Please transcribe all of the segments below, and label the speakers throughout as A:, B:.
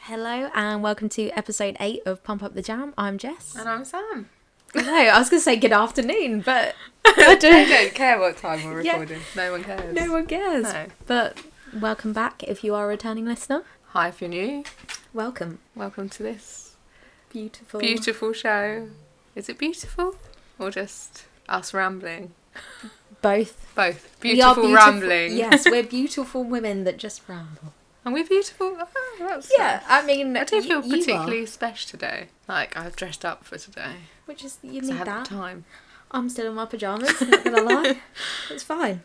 A: Hello and welcome to episode 8 of Pump Up the Jam. I'm Jess.
B: And I'm Sam.
A: No, I was going to say good afternoon, but
B: I don't care what time we're
A: Yeah.
B: recording. No one cares.
A: no one cares.
B: No.
A: But welcome back if you are a returning listener.
B: Hi, if you're new,
A: Welcome.
B: welcome to this
A: Beautiful.
B: beautiful show. Is it beautiful or just us rambling?
A: Both.
B: Both
A: We are
B: beautiful, rambling.
A: Yes, we're beautiful women that just ramble.
B: and we're beautiful. Oh, that's
A: Yeah, I mean,
B: I don't feel
A: you- you are,
B: particularly special today. Like I've dressed up for today.
A: which is, you
B: 'cause I
A: need
B: had
A: that.
B: the time.
A: I'm still in my pajamas, not gonna lie. It's fine.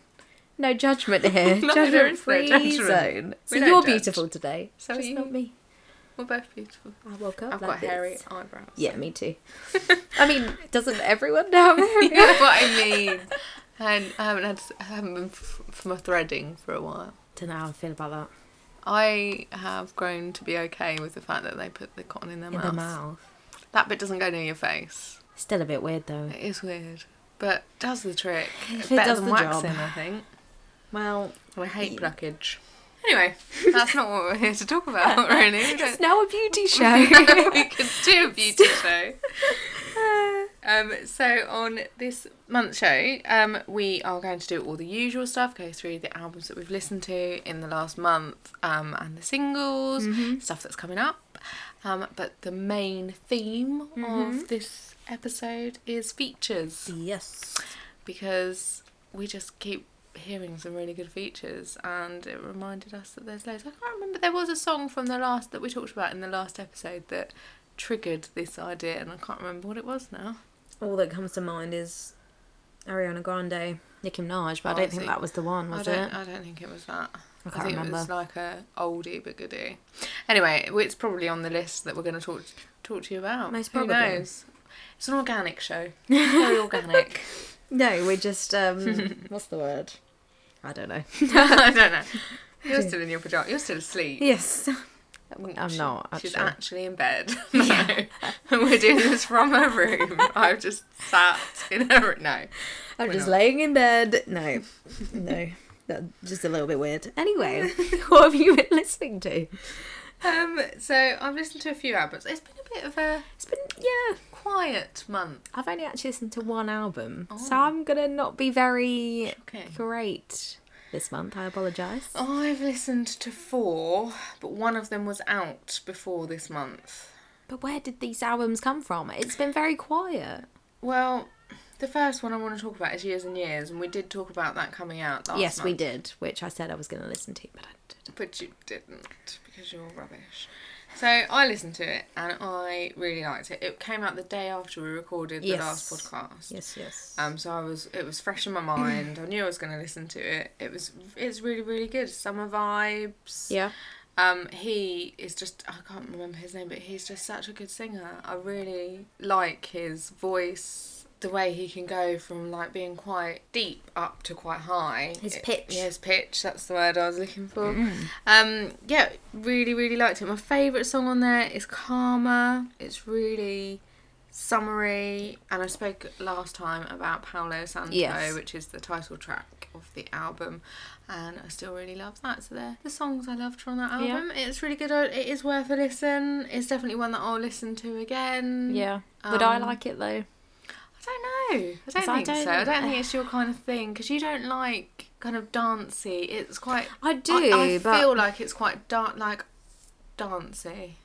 A: No judgment here.
B: No,
A: judgment
B: there is no
A: free
B: judgment.
A: zone.
B: We
A: So
B: don't
A: you're
B: judge.
A: beautiful today.
B: So
A: just
B: are
A: not
B: you.
A: me.
B: We're both beautiful.
A: I woke up
B: I've
A: like
B: got hairy
A: this.
B: eyebrows.
A: Yeah, me too. I mean, doesn't everyone have
B: you
A: hairy?
B: know what I mean. And I haven't had I haven't been f- from a threading for a while.
A: Don't know how I feel about that.
B: I have grown to be okay with the fact that they put the cotton in their,
A: In
B: mouth.
A: the mouth.
B: That bit doesn't go near your face.
A: Still a bit weird though.
B: It is weird, but does the trick.
A: If it
B: Better
A: does
B: than
A: the job.
B: waxing, I think.
A: Well,
B: And I hate
A: Yeah.
B: pluckage. Anyway, that's not what we're here to talk about, really. We
A: it's
B: don't-
A: now a beauty show.
B: we could do a beauty show. Um, so on this month's show, um, we are going to do all the usual stuff, go through the albums that we've listened to in the last month, um, and the singles,
A: Mm-hmm.
B: stuff that's coming up. Um, but the main theme of this episode is features
A: yes.
B: because we just keep hearing some really good features and it reminded us that there's loads. I can't remember there was a song from the last that we talked about in the last episode that triggered this idea and I can't remember what it was now.
A: All that comes to mind is Ariana Grande, Nicki Minaj, but
B: Oh,
A: I
B: I
A: don't think
B: see.
A: that was the one,
B: I
A: was
B: don't
A: it?
B: I don't think it was that.
A: I
B: I
A: can't
B: think it was
A: remember.
B: like a oldie but goodie. Anyway, it's probably on the list that we're going to talk talk to you about.
A: Most
B: Who
A: probably.
B: knows? It's an organic show. Very organic.
A: No, we're just um, what's the word? I don't know.
B: I don't know. You're still in your pajamas. You're still asleep.
A: Yes. I'm not,
B: She's
A: actually.
B: actually in bed. No. We're doing this from her room. I've just sat in her room. No.
A: I'm
B: We're
A: just
B: not.
A: laying in bed. No, no, that, just a little bit weird. Anyway, what have you been listening to?
B: Um, so I've listened to a few albums. It's been a bit of a
A: It's been yeah.
B: quiet month.
A: I've only actually listened to one album, so
B: Oh.
A: I'm gonna not be very
B: Okay.
A: great this month. I apologise.
B: I've listened to four, but one of them was out before this month.
A: But where did these albums come from? It's been very quiet.
B: Well, the first one I want to talk about is Years and Years, and we did talk about that coming out last
A: yes,
B: month.
A: we did, which I said I was gonna listen to, but I didn't.
B: But you didn't because you're rubbish. So I listened to it and I really liked it. It came out the day after we recorded the
A: Yes.
B: last podcast.
A: Yes, yes.
B: Um, so I was, it was fresh in my mind. I knew I was going to listen to it. It was, it's really, really good. Summer vibes.
A: yeah.
B: Um, he is just, I can't remember his name, but he's just such a good singer. I really like his voice, the way he can go from like being quite deep up to quite high.
A: His
B: It-
A: pitch. Mm.
B: yeah, his pitch, that's the word I was looking for. Um, yeah, really, really liked it. My favourite song on there is Karma. It's really summery. And I spoke last time about Paolo Santo,
A: Yes.
B: which is the title track of the album. And I still really love that. So they're the songs I loved from that
A: Yeah.
B: album. It's really good. Oh, It is worth a listen. It's definitely one that I'll listen to again.
A: Yeah. Would I
B: Um,
A: like it though?
B: I don't know. I don't
A: I
B: think
A: don't-
B: so. I don't think it's your kind of thing because you don't like kind of dancey. It's quite
A: I do,
B: I, I
A: but
B: feel like it's quite dark, like dancey.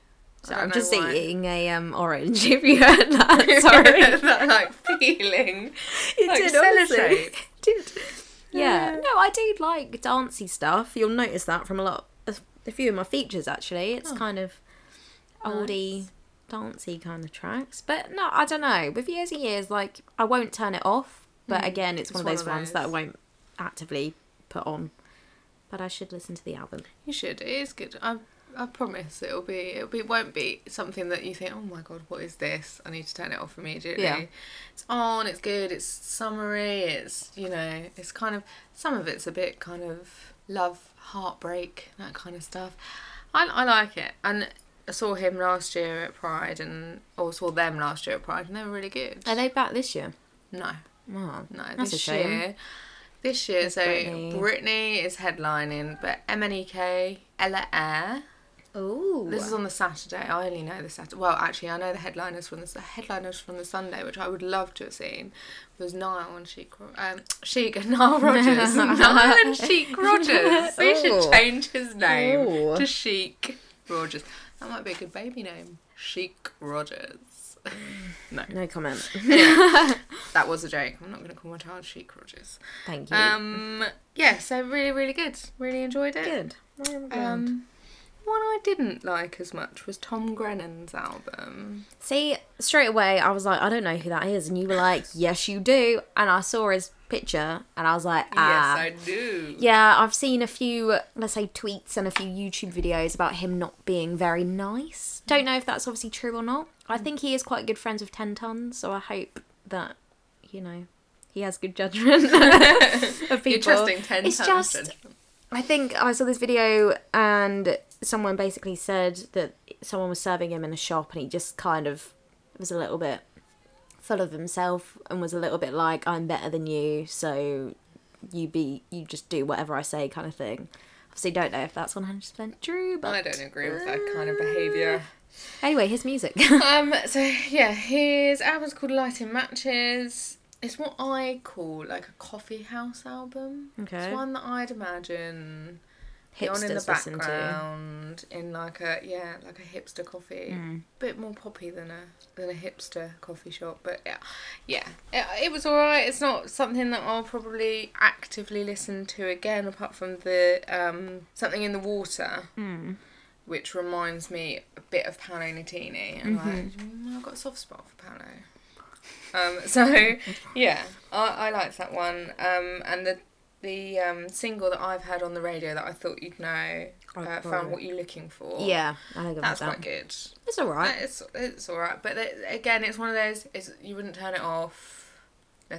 A: So
B: I don't
A: I'm
B: know
A: just
B: why.
A: eating a um orange. If you heard that, sorry,
B: that like feeling.
A: it
B: Like
A: did honestly.
B: cellotape.
A: It did. Yeah.
B: Yeah.
A: no, I do like dancey stuff. You'll notice that from a lot, a, a few of my features actually. It's
B: Oh.
A: kind of
B: Nice.
A: oldie, dancey kind of tracks. But no, I don't know. With years and years, like I won't turn it off. But
B: Mm,
A: again, it's, one of those ones that I
B: those.
A: won't actively put on. But I should listen to the album.
B: You should. It is good. I I promise it'll be it'll be it won't be something that you think, Oh my god, what is this? I need to turn it off immediately.
A: Yeah.
B: It's on, it's good, it's summery, it's you know, it's kind of some of it's a bit kind of love, heartbreak, that kind of stuff. I I like it. And I saw him last year at Pride and or saw them last year at Pride and they were really good.
A: Are they back this year?
B: No.
A: Oh,
B: No,
A: That's a
B: this
A: shame.
B: year. This year, so
A: Britney.
B: Britney. is headlining, but MNEK, Ella E Air,
A: Oh.
B: This is on the Saturday. I only know the Saturday. Well, actually, I know the headliners from the the headliners from the Sunday, which I would love to have seen. Was Niall and Sheik, Ro- um, Sheik and Niall Rogers. Niall and Sheik Rogers. We
A: Ooh.
B: should change his name
A: Ooh.
B: to Sheik Rogers. That might be a good baby name. Sheik Rogers. no,
A: No comment.
B: that was a joke. I'm not going to call my child Sheik Rogers.
A: Thank you.
B: Um, yeah, so really, really good. Really enjoyed it.
A: Good. Well done.
B: Um, one I didn't like as much was Tom Grennan's album.
A: See, straight away, I was like, I don't know who that is. And you were like, yes, you do. And I saw his picture and I was like, ah.
B: yes, I do.
A: yeah, I've seen a few, let's say, tweets and a few YouTube videos about him not being very nice. Don't know if that's obviously true or not. I think he is quite good friends with Ten Tons, so I hope that, you know, he has good judgment of people.
B: You're trusting ten
A: It's
B: times
A: just-
B: judgment.
A: I think I saw this video and someone basically said that someone was serving him in a shop and he just kind of was a little bit full of himself and was a little bit like I'm better than you so you be you just do whatever I say kind of thing. Obviously don't know if that's 100% true but
B: I don't agree with that kind of behaviour.
A: Anyway, his music.
B: um, so yeah, his album's called Lighting Matches. It's what I call like a coffee house album.
A: Okay.
B: It's one that I'd imagine be on in the
A: Hipsters listen to.
B: background in like a yeah like a hipster coffee
A: Hmm.
B: bit more poppy than a than a hipster coffee shop but yeah yeah it, it was all right it's not something that i'll probably actively listen to again apart from the um something in the water
A: Hmm.
B: which reminds me a bit of paolo nutini and
A: Mm-hmm.
B: like, mm, i've got a soft spot for paolo um, so yeah, I, I liked that one. Um, and the the um, single that I've had on the radio that I thought you'd know,
A: Oh,
B: uh,
A: right.
B: found what you're looking for.
A: Yeah, I think about
B: that's
A: that.
B: quite good.
A: It's all right.
B: It's it's all right, but it, again, it's one of those. It's, you wouldn't turn it off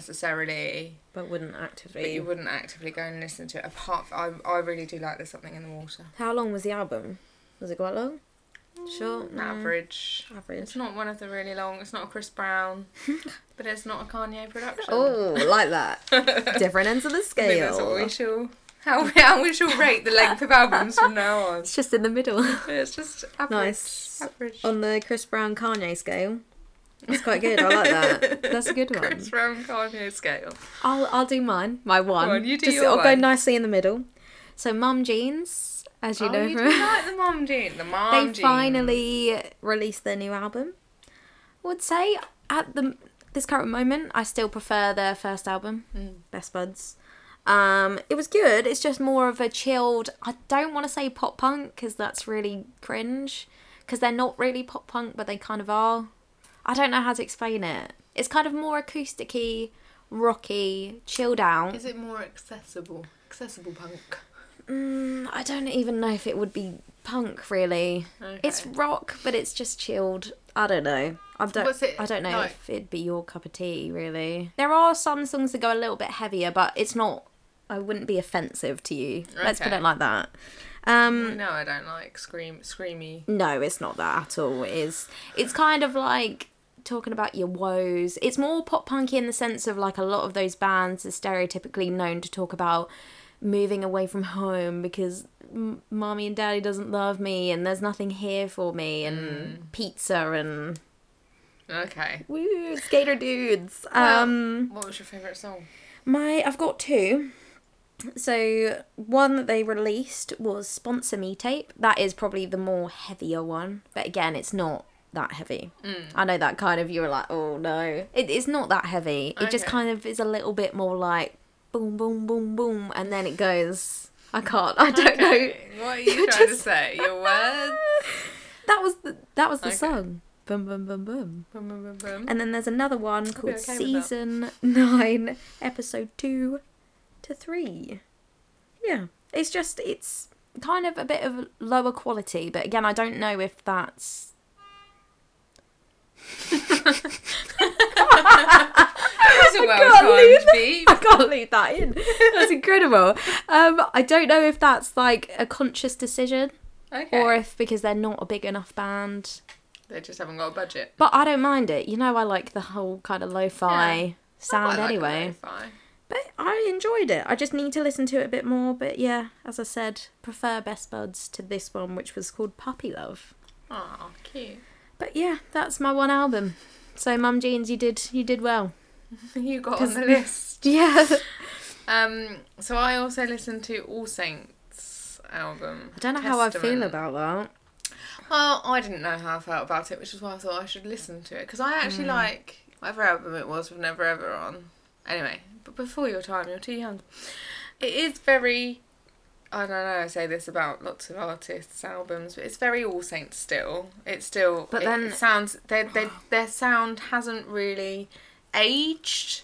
B: necessarily,
A: But wouldn't
B: but
A: actively.
B: you wouldn't actively go and listen to it. Apart, from, I I really do like there's something in the water.
A: How long was the album? Was it quite long?
B: Mm,
A: Short? No.
B: Average.
A: Average.
B: It's not one of the really long. It's not a Chris Brown, but it's not a Kanye production.
A: Oh, like that. Different ends of the
B: I think that's what
A: scale.
B: we shall how, how we shall rate the length of albums from now on.
A: It's just in the middle.
B: It's just average.
A: Nice.
B: Average.
A: On the Chris Brown Kanye scale. That's quite good. I like that. That's a good one.
B: Chris Brown Kanye scale.
A: I'll I'll do mine. My one.
B: on, you do
A: Just-
B: your
A: I'll go
B: one.
A: nicely in the middle. So Mum Jeans, as you
B: oh,
A: know
B: you
A: from
B: do like the mom jean. The mom
A: they
B: jean.
A: finally released their new album. I would say at the this current moment, I still prefer their first album, Best Buds. Um, it was good. It's just more of a chilled. I don't want to say pop punk because that's really cringe. Because they're not really pop punk, but they kind of are. I don't know how to explain it. It's kind of more acousticy, rocky, chilled out.
B: Is it more accessible? Accessible punk.
A: Mm, I don't even know if it would be punk really. It's
B: Okay.
A: rock, but it's just chilled. I don't know. I don't.
B: What's it
A: I don't know
B: like?
A: if it'd be your cup of tea really. There are some songs that go a little bit heavier, but it's not. I wouldn't be offensive to you. Let's put
B: Okay.
A: it like that. Um,
B: No, I don't like scream screamy.
A: no, it's not that at all. It's it's kind of like talking about your woes. It's more pop punky in the sense of like a lot of those bands are stereotypically known to talk about moving away from home because m- mommy and daddy doesn't love me and there's nothing here for me and pizza and
B: Okay.
A: woo skater dudes.
B: Well,
A: um
B: what was your favourite song?
A: my I've got two. So one that they released was Sponsor Me Tape. That is probably the more heavier one, but again, it's not that heavy.
B: Mm.
A: I know that kind of you were like, oh no, it, it's not that heavy. It just
B: Okay.
A: kind of is a little bit more like boom, boom, boom, boom, and then it goes. I can't. I don't know.
B: Okay, What are you
A: You're
B: trying to
A: just-
B: say? Your words.
A: That was the that was the
B: Okay.
A: song. Boom, boom, boom, boom.
B: Bum, bum, bum, bum.
A: And then there's another one called
B: okay with that.
A: Season 9, Episode 2 to 3. Yeah. It's just, it's kind of a bit of lower quality, but again, I don't know if that's.
B: That was a
A: I
B: well
A: can't leave
B: timed
A: that.
B: beat.
A: I can't leave that in. That's incredible. Um, I don't know if that's like a conscious decision
B: Okay.
A: or if because they're not a big enough band.
B: They just haven't got a budget.
A: But I don't mind it. You know, I like the whole kind of lo fi
B: Yeah.
A: sound
B: I like a
A: anyway.
B: lo-fi.
A: But I enjoyed it. I just need to listen to it a bit more. But yeah, as I said, prefer Best Buds to this one, which was called Puppy Love.
B: Oh, cute.
A: But yeah, that's my one album. So Mum Jeans, you did you did well.
B: You got on the list.
A: Yeah.
B: Um, so I also listened to All Saints album.
A: I don't know how I feel
B: Testament.
A: about that.
B: Well, I didn't know how I felt about it, which is why I thought I should listen to it because I actually
A: Hmm.
B: like whatever album it was with Never Ever on. Anyway, but before your time, you're too young. It is very. I don't know. I say this about lots of artists' albums, but it's very All Saints still. It's still.
A: But
B: it-
A: then-
B: it sounds their their their sound hasn't really aged,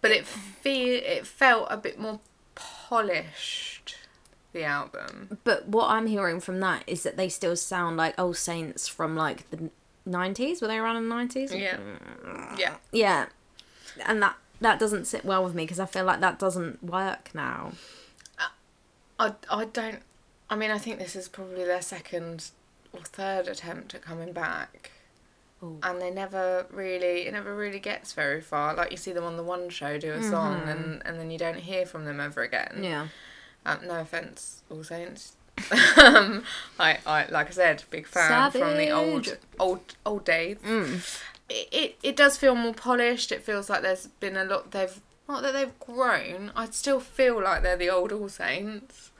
B: but
A: Mm.
B: it feel it felt a bit more polished. The album.
A: But what I'm hearing from that is that they still sound like old saints from like the 90s. Were they around in the 90s?
B: Yeah. Yeah.
A: Yeah. And that that doesn't sit well with me because I feel like that doesn't work now.
B: I, I don't. I mean, I think this is probably their second or third attempt at coming back,
A: Ooh.
B: and they never really it never really gets very far. Like you see them on the one show do a song, and and then you don't hear from them ever again.
A: Mm-hmm. Yeah.
B: Um, no offense, All Saints. um, I, I like I said, big fan from the old
A: Savage. Mm.
B: old old days. It, it it does feel more polished. It feels like there's been a lot. They've not that they've grown. I still feel like they're the old All Saints.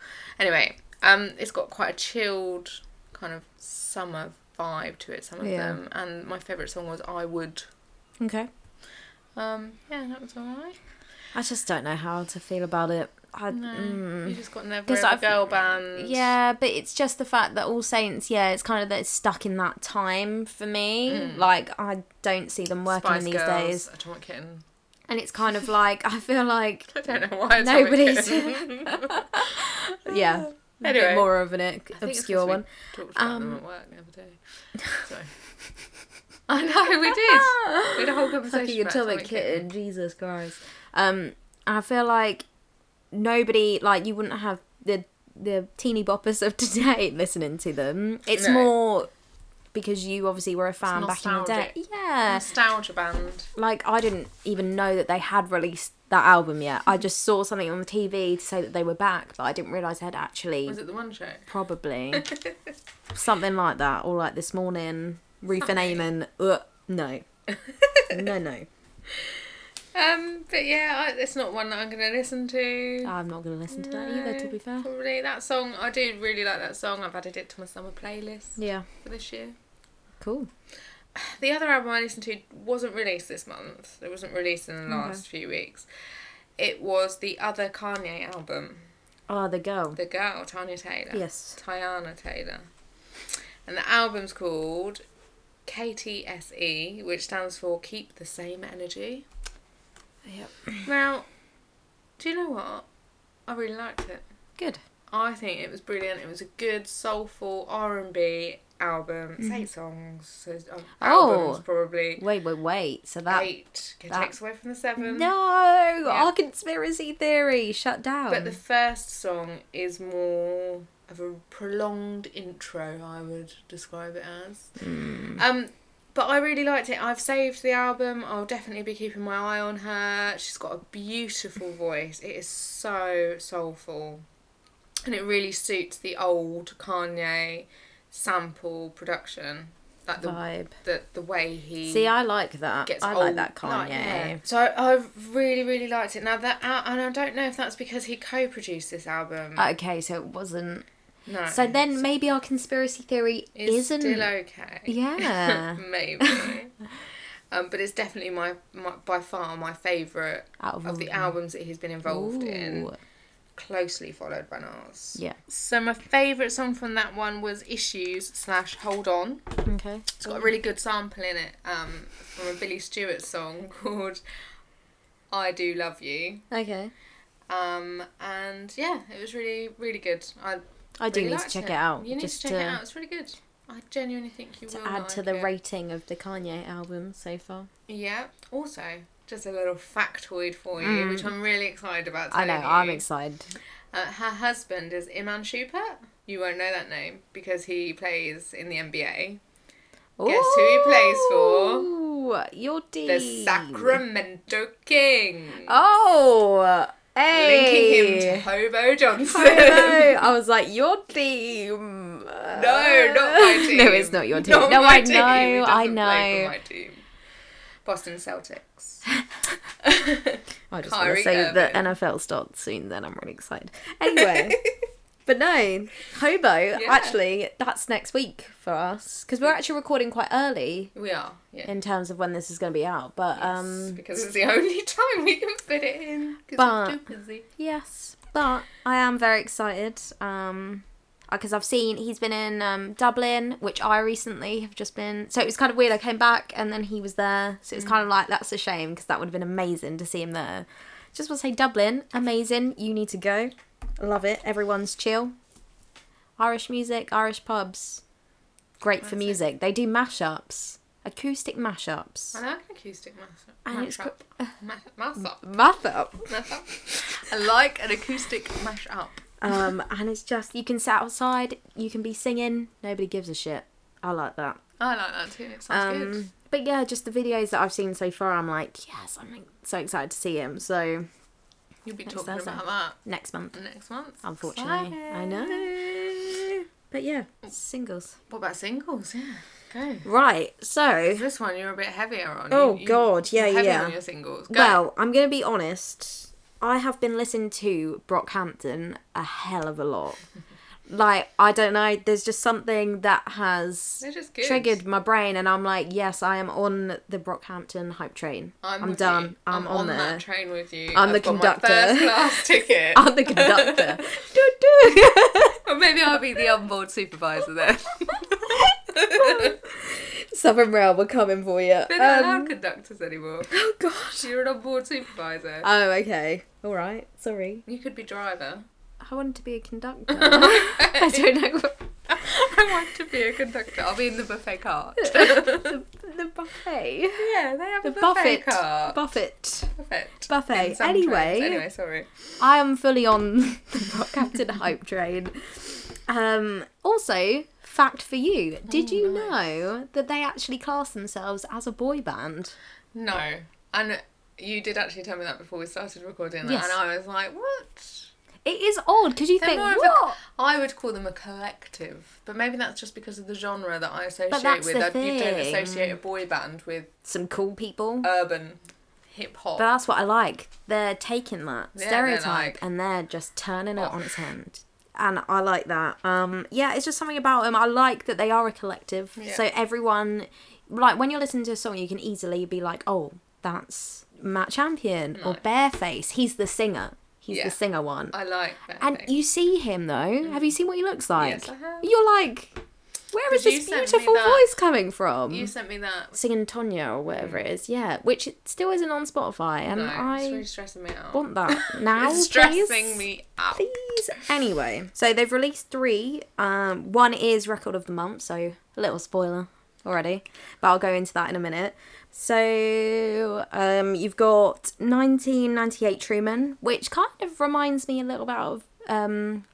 B: Anyway, um, it's got quite a chilled kind of summer vibe to it. Some of
A: Yeah.
B: them, and my favourite song was "I Would."
A: Okay.
B: Um, yeah, that was alright.
A: I just don't know how to feel about it. I,
B: No,
A: mm.
B: you just got never
A: 'Cause
B: ever
A: I've-
B: girl band.
A: Yeah, but it's just the fact that All Saints, yeah, it's kind of that it's stuck in that time for me. Like I don't see them working
B: Mm. Spice
A: in these
B: Girls,
A: days,
B: Atomic Kitten.
A: and it's kind of like I feel like
B: I don't know why. It's
A: Nobody's-
B: Anyway,
A: yeah, a bit more of an ec- obscure one.
B: We talked about them
A: Um,
B: at work the other day. So. I know we did. We had a whole conversation
A: Fucking
B: about
A: Atomic
B: Atomic Kitten.
A: Kitten, Jesus Christ. Um, I feel like nobody, like you wouldn't have the the teeny boppers of today listening to them. It's
B: No.
A: more because you obviously were a fan back in the day.
B: nostalgic.
A: Yeah,
B: nostalgia band.
A: like I didn't even know that they had released that album yet. I just saw something on the TV to say that they were back, but I didn't realize they had actually
B: Was it the one show?
A: probably something like that, or like this morning, Ruth and Eamon. Uh, no, no, no.
B: Um, but yeah, I, it's not one that I'm going to listen to.
A: I'm not gonna listen to that either. To
B: No,
A: be fair.
B: Probably that song. I do really like that song. I've added it to my summer playlist
A: Yeah.
B: for this year.
A: Cool.
B: The other album I listened to wasn't released this month. It wasn't released in the last few weeks. It was the other Kanye album.
A: Oh, the girl.
B: The girl, Tanya Taylor.
A: Yes.
B: Tiana Taylor. And the album's called KTSE, E, which stands for Keep the Same Energy.
A: Yep.
B: Now, do you know what? I really liked it.
A: Good.
B: I think it was brilliant. It was a good soulful R and B album. It's eight songs. So it's- um,
A: Mm-hmm. Oh.
B: albums probably
A: Wait, wait, wait. So that.
B: eight. It
A: that-
B: takes away from the seven.
A: No,
B: um, Yeah.
A: our conspiracy theory shut down.
B: But the first song is more of a prolonged intro, I would describe it as.
A: Hmm.
B: Um, but I really liked it. I've saved the album. I'll definitely be keeping my eye on her. She's got a beautiful voice. It is so soulful. And it really suits the old Kanye sample production. Like the,
A: vibe.
B: the, the way he
A: See, I like that.
B: gets
A: I
B: old,
A: like that Kanye.
B: like, yeah. So I, I really, really liked it. Now that al- and I don't know if that's because he co-produced this album.
A: Okay, so it wasn't.
B: no.
A: Uh, So then maybe our conspiracy theory
B: it's
A: isn't.
B: still okay.
A: Yeah.
B: Maybe. um, but it's definitely my, my by far my favourite
A: out of,
B: of the albums that he's been involved in,
A: Ooh.
B: closely followed by Nas.
A: Yeah.
B: So my favourite song from that one was Issues slash Hold On.
A: Okay.
B: It's got a really good sample in it um, from a Billy Stewart song called "I Do Love You."
A: Okay.
B: Um, and yeah, it was really, really good. I,
A: I do
B: really
A: need to
B: liked
A: check it, out.
B: You need
A: just
B: to check it out. It's really good. I genuinely think you
A: to
B: will
A: add to
B: like
A: the
B: it.
A: rating of the Kanye album so far.
B: Yeah. Also, just a little factoid for you,
A: Mm.
B: which I'm really excited about.
A: I know.
B: telling
A: I'm
B: you.
A: excited.
B: Uh, her husband is Iman Shupert. You won't know that name because he plays in the NBA. Guess who he plays for?
A: Ooh. Oh, your D.
B: The Sacramento King.
A: Oh, hey.
B: Linking him to Hobo Johnson.
A: I know. I was like, your team. No,
B: No, not my team.
A: no, it's not your team.
B: Not
A: no,
B: my
A: I
B: team.
A: know.
B: He doesn't
A: I
B: play for
A: know.
B: my team. Boston Celtics.
A: I just want to
B: Kyrie
A: say that
B: Irving.
A: NFL starts soon. Then I'm really excited. Anyway, but no, Hobo. Actually, that's next week for us because we're actually recording quite early
B: we are. Yeah.
A: in terms of when this is going to be out. But um,
B: because it's the only time we can fit it in.
A: But-
B: Because we're too busy.
A: Yes, but I am very excited. Um, because I've seen he's been in um, Dublin, which I recently have just been. So it was kind of weird. I came back and then he was there. So it
B: Mm.
A: was kind of like that's a shame because that would have been amazing to see him there. Just want to say Dublin, amazing. You need to go. I love it. Everyone's chill. Irish music, Irish pubs, great for
B: That's it.
A: music. They do mashups, acoustic mashups.
B: I like an acoustic mass
A: And it's
B: mash up. Mash mash up.
A: Math up.
B: Mash up. I like an acoustic mash up.
A: Um, and it's just you can sit outside, you can be singing, nobody gives a shit. I like that.
B: I like that too. It sounds good.
A: Um, but yeah, just the videos that I've seen so far, I'm like, yes, I'm so excited to see him. So
B: You'll be
A: next
B: talking
A: Thursday.
B: about that
A: next month,
B: next month.
A: unfortunately, I know. But yeah, singles.
B: What about singles? Yeah. Go.
A: Right. So
B: This one you're a bit heavier on.
A: Oh,
B: You- you-
A: God, yeah,
B: you're heavier
A: yeah.
B: on your singles. Go.
A: well, I'm gonna be honest. I have been listening to Brockhampton a hell of a lot. like I don't know. There's just something that has
B: They're just good.
A: triggered my brain and I'm like, yes, I am on the Brockhampton hype train. I'm,
B: with
A: done.
B: you.
A: I'm, on, there.
B: that train with you.
A: I'm the
B: I've got my
A: conductor.
B: first class ticket.
A: I'm the conductor. Doo, doo.
B: or maybe I'll be the onboard supervisor then.
A: Southern Rail, we're coming for you.
B: They're not
A: Um,
B: allowed conductors anymore.
A: oh gosh.
B: You're an onboard supervisor.
A: Oh, okay. All right. Sorry.
B: you could be driver.
A: I wanted to be a conductor. I don't know. What...
B: I want to be a conductor. I'll be in the buffet cart.
A: the, the buffet.
B: yeah, they have
A: The
B: a
A: buffet.
B: buffet cart.
A: Buffet.
B: Perfect.
A: Buffet.
B: In some
A: Anyway.
B: trains. Anyway, sorry.
A: I am fully on the Brockhampton hype train. Um, also, fact for you: Did
B: Oh,
A: you know that they actually class themselves as a boy band?
B: No. And you did actually tell me that before we started recording that,
A: Yes.
B: and I was like, what?
A: It is odd because you
B: They're
A: think
B: more of a-
A: what?
B: I would call them a collective, but maybe that's just because of the genre that I associate
A: that's
B: with.
A: the
B: I, You don't
A: thing.
B: associate a boy band with
A: Some cool people.
B: urban hip hop.
A: but that's what I like. They're taking that
B: Yeah, they're
A: stereotype
B: like-
A: and they're just turning it
B: Off.
A: on its head. And I like that. Um, yeah, it's just something about them. I like that they are a collective.
B: Yeah.
A: So everyone, like when you're listening to a song, you can easily be like, "Oh, that's Matt Champion or Bareface. He's the singer. He's
B: Yeah.
A: the singer one."
B: I like that.
A: and
B: thing.
A: you see him though. Have you seen what he looks like?
B: Yes, I have.
A: You're like, where is
B: Did you
A: this
B: send me
A: beautiful
B: that-
A: voice coming from?
B: you sent me that.
A: singing Tonya or whatever it is. Yeah, which it still isn't on Spotify, and
B: Mm. No,
A: I
B: it's really stressing me out.
A: want that now.
B: it's stressing
A: please.
B: me out.
A: Please. Anyway, so they've released three. Um, one is record of the month, so a little spoiler already, but I'll go into that in a minute. So um, you've got 1998 Truman, which kind of reminds me a little bit of. Um,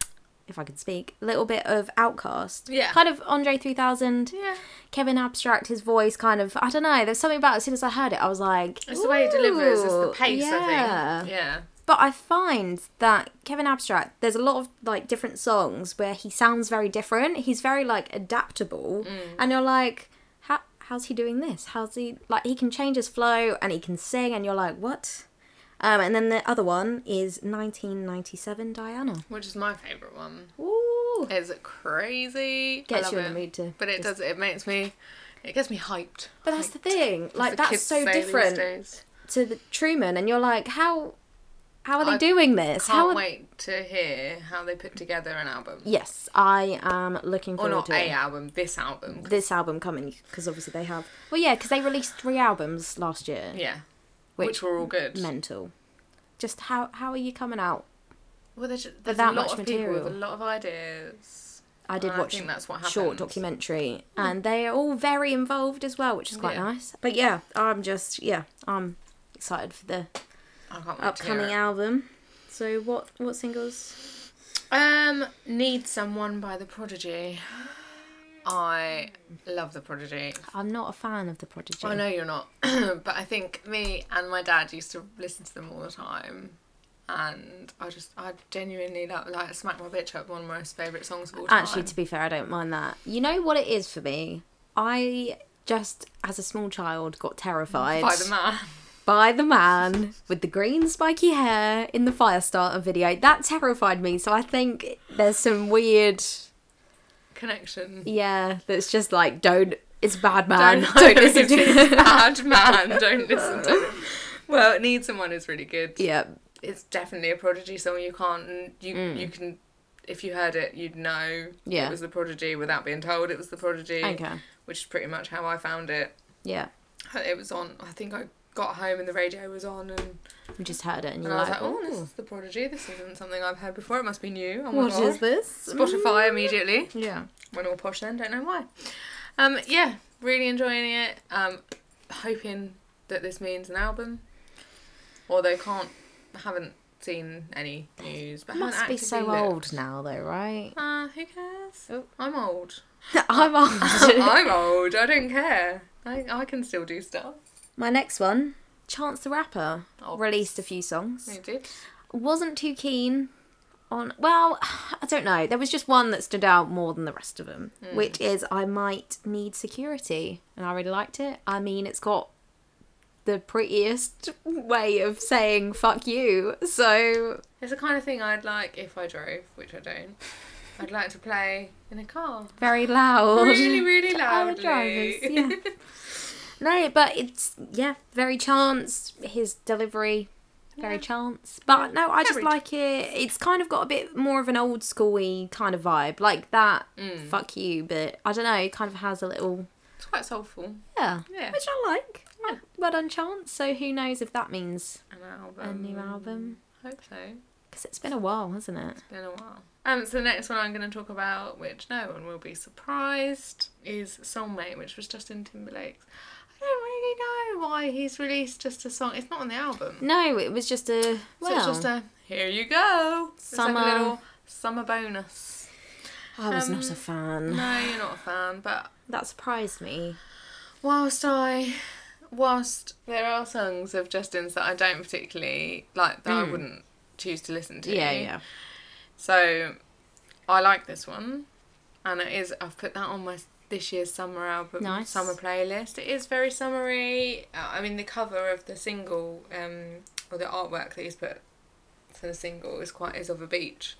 A: if I could speak, a little bit of Outcast.
B: Yeah.
A: Kind of Andre 3000.
B: Yeah.
A: Kevin Abstract, his voice kind of, I don't know, there's something about it. As soon as I heard it, I was like,
B: It's the way he delivers, it's the
A: "Ooh,
B: pace, I think. Yeah.
A: But I find that Kevin Abstract, there's a lot of like different songs where he sounds very different. He's very like adaptable,
B: Mm.
A: and you're like, how, how's he doing this? How's he like? He can change his flow and he can sing, and you're like, what? Um, and then the other one is 1997 Diana.
B: Which is my favourite one.
A: Ooh,
B: It's crazy. I
A: gets
B: love
A: you in the
B: it.
A: mood to.
B: But it
A: just-
B: does, it makes me, it gets me hyped.
A: But that's the
B: Hyped.
A: thing. Like
B: the
A: that's
B: kids
A: so
B: say these
A: different.
B: days.
A: to the Truman, and you're like, how how are they
B: I
A: doing this?
B: Can't
A: how are...
B: wait to hear how they put together an album.
A: Yes, I am looking
B: Or
A: forward
B: not
A: to
B: a
A: it.
B: album, this album.
A: this album coming because obviously they have. Well, yeah, because they released three albums last year.
B: Yeah.
A: Which
B: Which, were all good.
A: Mental. Just how how are you coming out?
B: Well, there's, there's
A: that
B: a lot
A: much
B: of people with a
A: material.
B: lot of ideas.
A: I did
B: And
A: watch
B: I think that's what
A: a
B: happened.
A: short documentary, and they are all very involved as well, which is quite
B: Yeah.
A: nice. But yeah, I'm just yeah, I'm excited for the
B: I can't wait to
A: upcoming
B: hear it.
A: album. So what what singles?
B: Um, Need Someone by The Prodigy. I love The Prodigy.
A: I'm not a fan of the Prodigy.
B: I know you're not, but I think me and my dad used to listen to them all the time. And I just, I genuinely love, like, Smack My Bitch Up, one of my most favourite songs of all time.
A: Actually, to be fair, I don't mind that. You know what it is for me? I just, as a small child, got terrified
B: by the man.
A: by the man with the green spiky hair in the Firestarter video. That terrified me. So I think there's some weird,
B: Connection.
A: yeah, that's just like, don't, it's a bad man. Don't,
B: Don't
A: listen to
B: this
A: it.
B: bad man. Don't listen to him. Well, Need Someone is really good.
A: yeah.
B: It's definitely a Prodigy song. You can't, you, you can, if you heard it, you'd know
A: Mm. Yeah.
B: it was the Prodigy without being told it was the Prodigy.
A: Okay.
B: Which is pretty much how I found it.
A: Yeah.
B: It was on, I think I got home and the radio was on and,
A: We just heard it and
B: and
A: you're
B: I was
A: like,
B: like, oh, this
A: "Ooh,
B: is the Prodigy. This isn't something I've heard before. It must be new. Oh my
A: what
B: God.
A: is this?
B: Spotify immediately.
A: Yeah.
B: Went all posh then, don't know why. Um, yeah, really enjoying it. Um, hoping that this means an album. Although can't, haven't seen any news. But haven't
A: Must be
B: actively
A: so
B: looked.
A: old now, though, right?
B: Uh, who cares?
A: Oh.
B: I'm old.
A: I'm old.
B: I'm old. I don't care. I, I can still do stuff.
A: My next one, Chance the Rapper,
B: Oh.
A: released a few songs.
B: I did.
A: wasn't too keen on well i don't know there was just one that stood out more than the rest of them
B: Hmm.
A: which is i might need security and i really liked it i mean it's got the prettiest way of saying fuck you so
B: It's the kind of thing I'd like if I drove, which I don't. I'd like to play in a car.
A: very loud
B: Really, really
A: to other
B: loudly.
A: drivers, yeah. no but it's yeah very chance his delivery very
B: Yeah.
A: chance but no i just
B: Very
A: like it it's kind of got a bit more of an old schooly kind of vibe like that
B: Mm.
A: fuck you but i don't know it kind of has a little
B: It's quite soulful.
A: yeah
B: Yeah.
A: which i like
B: Yeah.
A: well done chance so who knows if that means
B: An album.
A: a new album
B: Hope so.
A: because it's been a while hasn't it
B: Been a while. Um, so the next one I'm going to talk about, which no one will be surprised, is Soulmate, which was Justin Timberlake's. I don't really know why he's released just a song. It's not on the album.
A: no it was just a well
B: so it's just a here you go. It's like
A: Summer-
B: a little summer bonus.
A: i was
B: um,
A: not a fan
B: No, you're not a fan, but
A: that surprised me
B: whilst I, whilst there are songs of Justin's that I don't particularly like, that I wouldn't choose to listen to.
A: Hmm. yeah yeah
B: So I like this one, and it is. I've put that on my this year's summer album,
A: Nice.
B: summer playlist. It is very summery. Uh, I mean, the cover of the single, um, or the artwork that he's put for the single is quite is of a beach,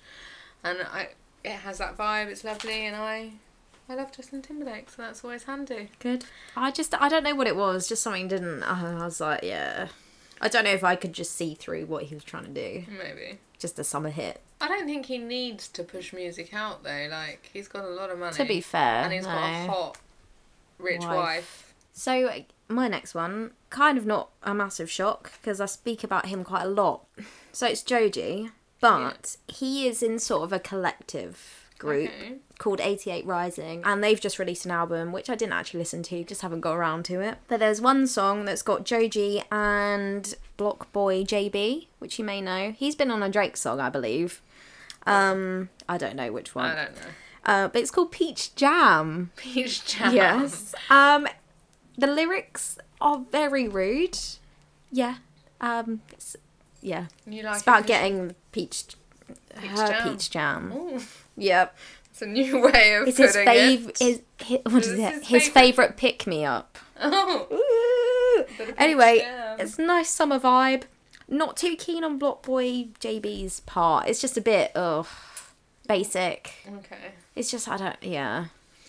B: and I it has that vibe. It's lovely, and I. I love Justin Timberlake, so that's always handy.
A: good i just i don't know what it was just something didn't i was like yeah i don't know if i could just see through what he was trying to do
B: Maybe.
A: just a summer hit
B: I don't think he needs to push music out though. Like he's got a lot of money.
A: to be fair
B: and he's got a
A: no.
B: hot, rich
A: Wife.
B: wife.
A: So uh, my next one, kind of not a massive shock because I speak about him quite a lot. So it's Joji, but he is in sort of a collective group
B: Okay.
A: called 88 Rising and they've just released an album which I didn't actually listen to, just haven't got around to it. But there's one song that's got Joji and Block Boy JB, which you may know. He's been on a Drake song, I believe. Um, I don't know which
B: I
A: one.
B: don't know.
A: Uh, but it's called Peach Jam.
B: Peach jam.
A: Yes. Um, the lyrics are very rude. Yeah. Um, it's, yeah.
B: You like
A: It's about
B: it?
A: getting peach,
B: Peach
A: her
B: jam.
A: peach jam.
B: Ooh,
A: Yep.
B: it's a new way of
A: It's his
B: putting
A: fav.
B: it.
A: His, hi- what is
B: This
A: it?
B: is
A: His
B: favourite.
A: favorite pick me up.
B: Oh,
A: Ooh.
B: Bit of peach
A: Anyway,
B: jam.
A: it's a nice summer vibe. Not too keen on Block Boy JB's part. It's just a bit ugh, basic.
B: okay.
A: It's just I don't yeah.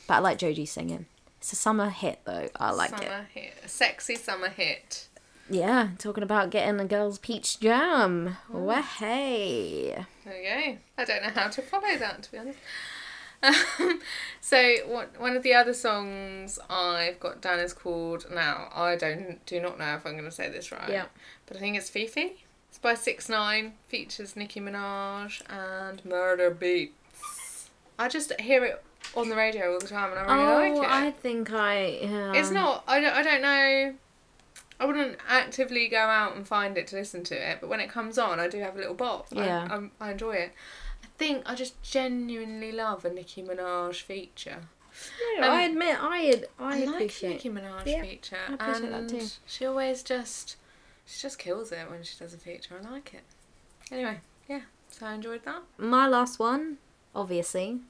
A: But I like Joji singing. It's a summer hit though. I like it.
B: summer hit. A sexy summer hit.
A: Yeah, talking about getting a girl's peach jam.
B: Oh.
A: Wahey.
B: There you go. I don't know how to follow that, to be honest. Um, so what, one of the other songs I've got down is called now I don't do not know if I'm going to say this right.
A: Yeah.
B: But I think it's Fifi. It's by Six Nine. Features Nicki Minaj and Murder Beats. I just hear it on the radio all the time, and I really
A: oh,
B: like it.
A: I think I. um, Yeah.
B: It's not. I don't. I don't know. I wouldn't actively go out and find it to listen to it, but when it comes on, I do have a little bop. I-
A: Yeah.
B: I'm- I, enjoy it. I think I just genuinely love a Nicki Minaj feature.
A: No, I
B: Um,
A: admit, I ad- I,
B: I like
A: appreciate.
B: Nicki Minaj
A: Yeah,
B: feature,
A: I appreciate that
B: and
A: too.
B: she always just she just kills it when she does a feature. I like it. Anyway, yeah, so I enjoyed that.
A: My last one, obviously,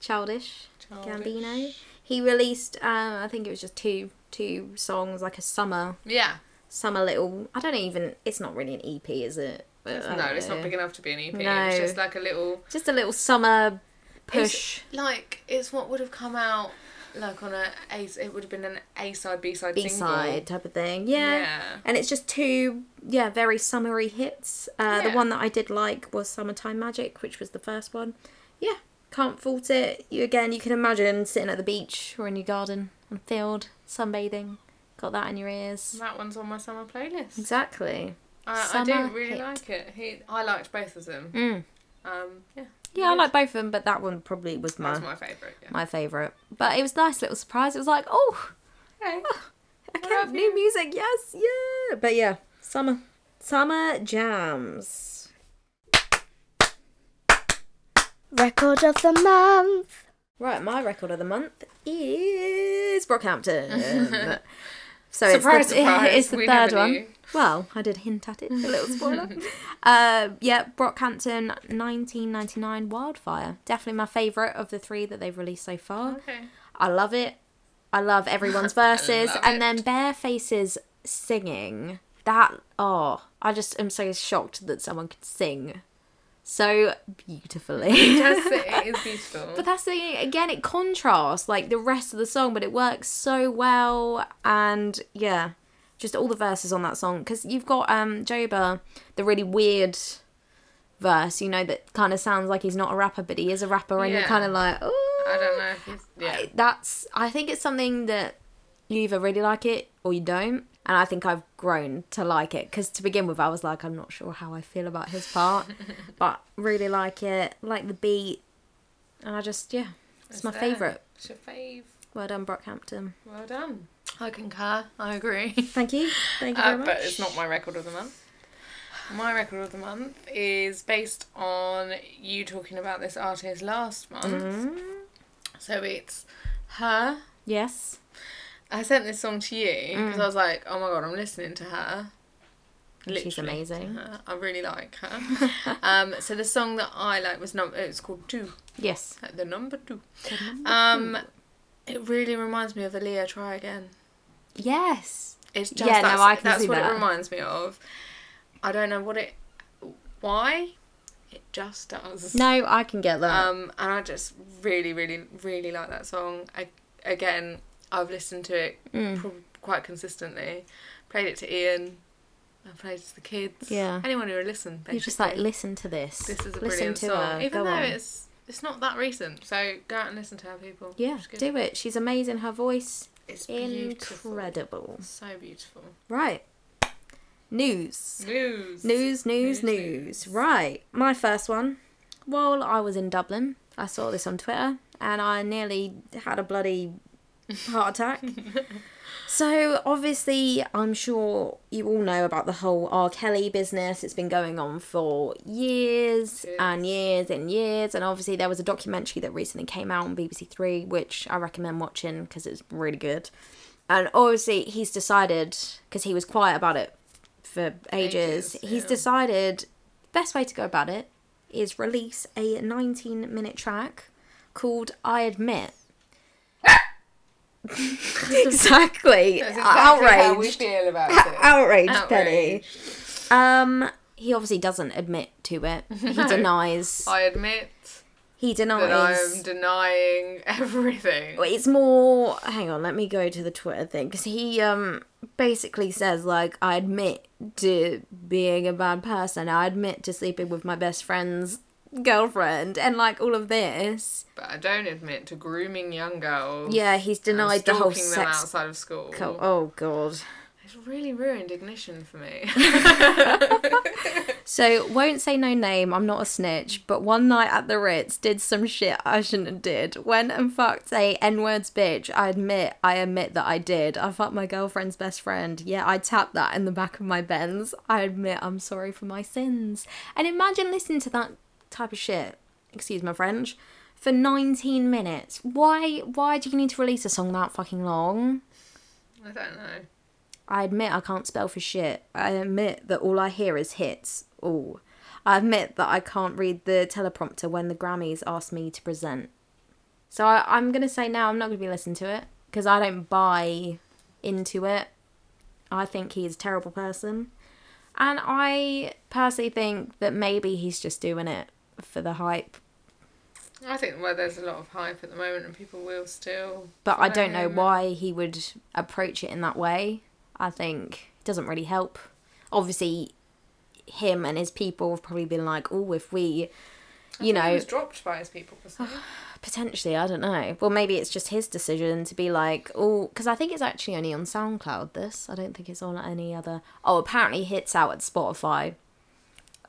A: childish.
B: Childish.
A: Gambino? He released, um, I think it was just two two songs, like a summer
B: Yeah,
A: summer little. I don't even. It's not really an EP, is it? But I
B: no,
A: don't
B: it's not
A: know.
B: big enough to be an EP.
A: Oh, No.
B: It's just like a little
A: Just a little summer
B: It's-
A: push.
B: like it's what would have come out like on a A. It would have been an A side, B side,
A: B
B: single.
A: side type of thing. Yeah.
B: Yeah.
A: And it's just two, yeah, very summery hits. Uh,
B: Yeah.
A: The one that I did like was Summertime Magic, which was the first one. Yeah, can't fault it. You Again, you can imagine sitting at the beach or in your garden on a field, sunbathing, got that in your ears.
B: That one's on my summer playlist.
A: Exactly.
B: I, I didn't
A: Summer
B: really
A: hit.
B: like it. He, I liked both of them.
A: Mm.
B: Um, yeah,
A: Yeah, I
B: Good.
A: like both of them, but that one probably was my
B: that's my favourite. Yeah.
A: my favourite. But it was a nice little surprise. It was like, oh,
B: Okay.
A: I
B: What
A: can't
B: up,
A: new music. Yes, yeah. But yeah, summer, summer jams.
C: Record of the month.
A: Right, my record of the month is Brockhampton. so it's
B: Surprise,
A: the,
B: surprise.
A: it's the
B: We
A: third
B: never
A: one.
B: knew.
A: Well, I did hint at it. A little spoiler. uh, yeah, Brockhampton, 1999 Wildfire. Definitely my favourite of the three that they've released so far.
B: Okay.
A: I love it. I love everyone's verses.
B: love
A: and
B: it.
A: then Bare Faces singing. That, oh, I just am so shocked that someone could sing so beautifully.
B: Yes, it is beautiful.
A: But that's the thing, again, it contrasts like the rest of the song, but it works so well. And yeah, just all the verses on that song. Because you've got um Joba, the really weird verse, you know, that kind of sounds like he's not a rapper, but he is a rapper, and
B: Yeah.
A: you're kind of like, oh.
B: I don't know if he's, yeah.
A: I- that's I think it's something that you either really like it or you don't. And I think I've grown to like it because to begin with, I was like, I'm not sure how I feel about his part, but really like it, like the beat, and I just yeah, it's, my
B: there.
A: favourite.
B: It's your fave.
A: Well done, Brockhampton.
B: Well done. I concur. I agree.
A: Thank you, thank you
B: Uh,
A: very much.
B: but it's not my record of the month. My record of the month is based on you talking about this artist last month.
A: Mm-hmm.
B: So it's her.
A: Yes,
B: I sent this song to you because
A: Mm.
B: I was like, oh my god, I'm listening to her.
A: she's
B: Literally.
A: amazing.
B: her. I really like her. um, so the song that I like was num- it's called Two,
A: Yes,
B: like the number two. Um, it really reminds me of the Leah Try Again.
A: yes,
B: It's just
A: Yeah, no,
B: that's,
A: I can
B: that's
A: see
B: what
A: that.
B: it reminds me of. I don't know what it, why, it just does.
A: no, I can get that.
B: Um, and I just really, really, really like that song. I, again, I've listened to it
A: Mm.
B: prob- quite consistently. Played it to Ian. I played it to the kids.
A: Yeah.
B: Anyone who would listen.
A: you just like
B: basically.
A: listen to this.
B: This is a
A: listen
B: brilliant song.
A: her.
B: Even
A: Go
B: though
A: on.
B: it's it's not that recent, so go out and listen to her people.
A: yeah,
B: It's good.
A: do it. She's amazing. Her voice,
B: It's beautiful.
A: incredible.
B: So beautiful.
A: Right. News. News, news,
B: News. News, news.
A: news. Right. My first one. While I was in Dublin, I saw this on Twitter and I nearly had a bloody heart attack. so, obviously, I'm sure you all know about the whole R. Kelly business. It's been going on for years
B: Yes.
A: and years and years. And obviously, there was a documentary that recently came out on BBC Three, which I recommend watching because it's really good. And obviously, he's decided, because he was quiet about it for ages,
B: Ages,
A: he's
B: yeah.
A: decided best way to go about it is release a 19 minute track called I Admit. exactly.
B: That's exactly how we
A: Outraged.
B: feel about it.
A: Outraged, Penny.
B: Outraged.
A: Um, he obviously doesn't admit to it. He denies.
B: I admit
A: He
B: that
A: denies.
B: I'm denying everything.
A: Well, it's more hang on let me go to the twitter thing because he um basically says like i admit to being a bad person i admit to sleeping with my best friend's girlfriend and like all of this
B: But I don't admit to grooming young girls.
A: yeah he's
B: and
A: denied the whole
B: stalking them
A: sex
B: outside of school.
A: co- oh god
B: It's really ruined ignition for me.
A: so won't say no name i'm not a snitch but one night at the ritz did some shit i shouldn't have did went and fucked a n-words bitch i admit i admit that i did i fucked my girlfriend's best friend yeah i tapped that in the back of my benz i admit i'm sorry for my sins and imagine listening to that type of shit excuse my french for 19 minutes. Why why do you need to release a song that fucking long?
B: I don't know.
A: I admit I can't spell for shit. I admit that all I hear is hits. All. I admit that I can't read the teleprompter when the Grammys ask me to present. So I, I'm going to say now I'm not going to be listening to it because I don't buy into it. I think he is a terrible person. And I personally think that maybe he's just doing it for the hype.
B: I think well, there's a lot of hype at the moment, and people will still.
A: But I don't know
B: Um,
A: why he would approach it in that way. I think it doesn't really help. Obviously, him and his people have probably been like, oh, if we, you
B: he
A: know,
B: was dropped by his people. Wasn't he?
A: potentially, I don't know. Well, maybe it's just his decision to be like, oh, because I think it's actually only on SoundCloud, this. I don't think it's on any other. Oh, apparently, hits out at Spotify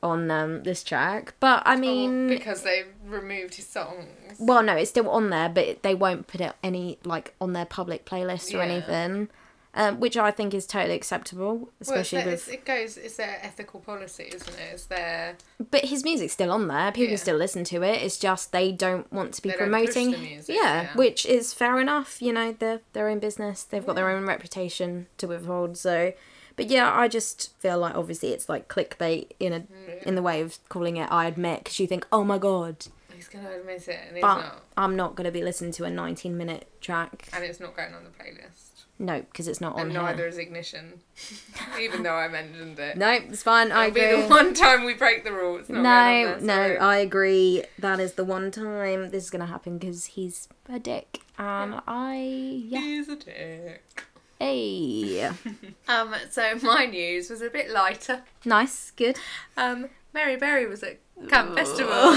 A: on um, this track. But I mean.
B: Well, because they removed his songs.
A: Well, no, it's still on there, but they won't put it any like on their public playlist or
B: Yeah.
A: anything, um, which I think is totally acceptable,
B: Well, it's
A: especially
B: their, it's,
A: with.
B: it goes. It's their ethical policy, isn't it? It's their
A: But his music's still on there. People
B: Yeah.
A: still listen to it. It's just they don't want to be
B: They don't push
A: promoting.
B: the music,
A: yeah,
B: yeah.
A: which is fair enough. You know, they're their own business. They've got their own reputation to withhold. So, but yeah, I just feel like obviously it's like clickbait in a
B: Mm.
A: in the way of calling it. I admit because you think, oh my god,
B: He's gonna admit it, and he's
A: but
B: not,
A: I'm not gonna be listening to a 19 minute track.
B: and it's not going on the playlist.
A: No, because it's not on
B: And
A: here.
B: neither is ignition, even though I mentioned it.
A: No, it's fine. I
B: It'll be the
A: agree.
B: one time we break the rule. It's not going
A: No,
B: on there,
A: no, uh,
B: sorry.
A: I agree. That is the one time this is gonna happen because he's a dick, and I yeah.
B: He's a dick.
A: Hey,
B: Um, so my news was a bit lighter.
A: nice, good.
B: Um, Mary Berry was at Camp Festival,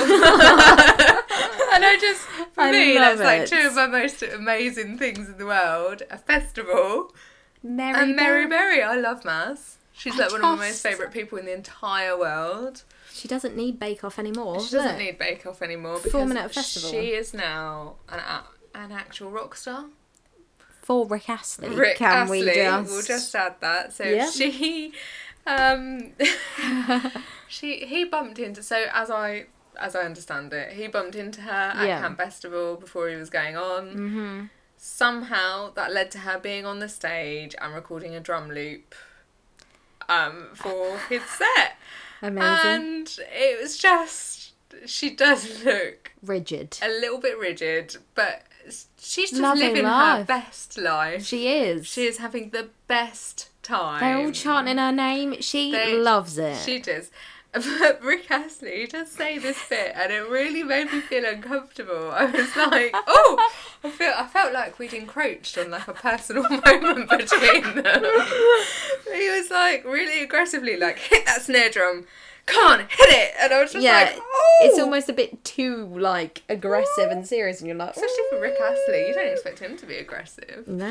B: and I just for
A: I
B: me
A: love
B: that's like
A: it.
B: two of my most amazing things in the world: a festival
A: Mary,
B: and Mary
A: Bell.
B: Berry. I love Maz. She's
A: I
B: like one of my
A: just-
B: most favourite people in the entire world.
A: She doesn't need Bake Off anymore.
B: She doesn't
A: look.
B: need Bake Off anymore because
A: Performing at a festival.
B: she is now an, a- an actual rock star.
A: for Rick Astley.
B: Rick
A: can
B: Astley,
A: we just?
B: we'll just add that. So
A: Yeah.
B: she, um, she he bumped into. So as I as I understand it, he bumped into her at
A: Yeah.
B: Camp Festival before he was going on.
A: Mhm.
B: Somehow that led to her being on the stage and recording a drum loop, um, for his set,
A: Amazing.
B: and it was just she does look
A: Rigid.
B: a little bit rigid, but she's just
A: Loving
B: living her
A: life.
B: best life.
A: She is.
B: She is having the best time.
A: They're all chanting her name. She
B: They-
A: loves it.
B: She does. But Rick Astley does say this bit, and it really made me feel uncomfortable. I was like, "Oh, I feel I felt like we'd encroached on like a personal moment between them." he was like really aggressively, like hit that snare drum, come on, hit it, and I was just
A: yeah,
B: like, "Oh,
A: it's almost a bit too like aggressive and serious, and you're like, "Oh,
B: especially for Rick Astley. You don't expect him to be aggressive."
A: no.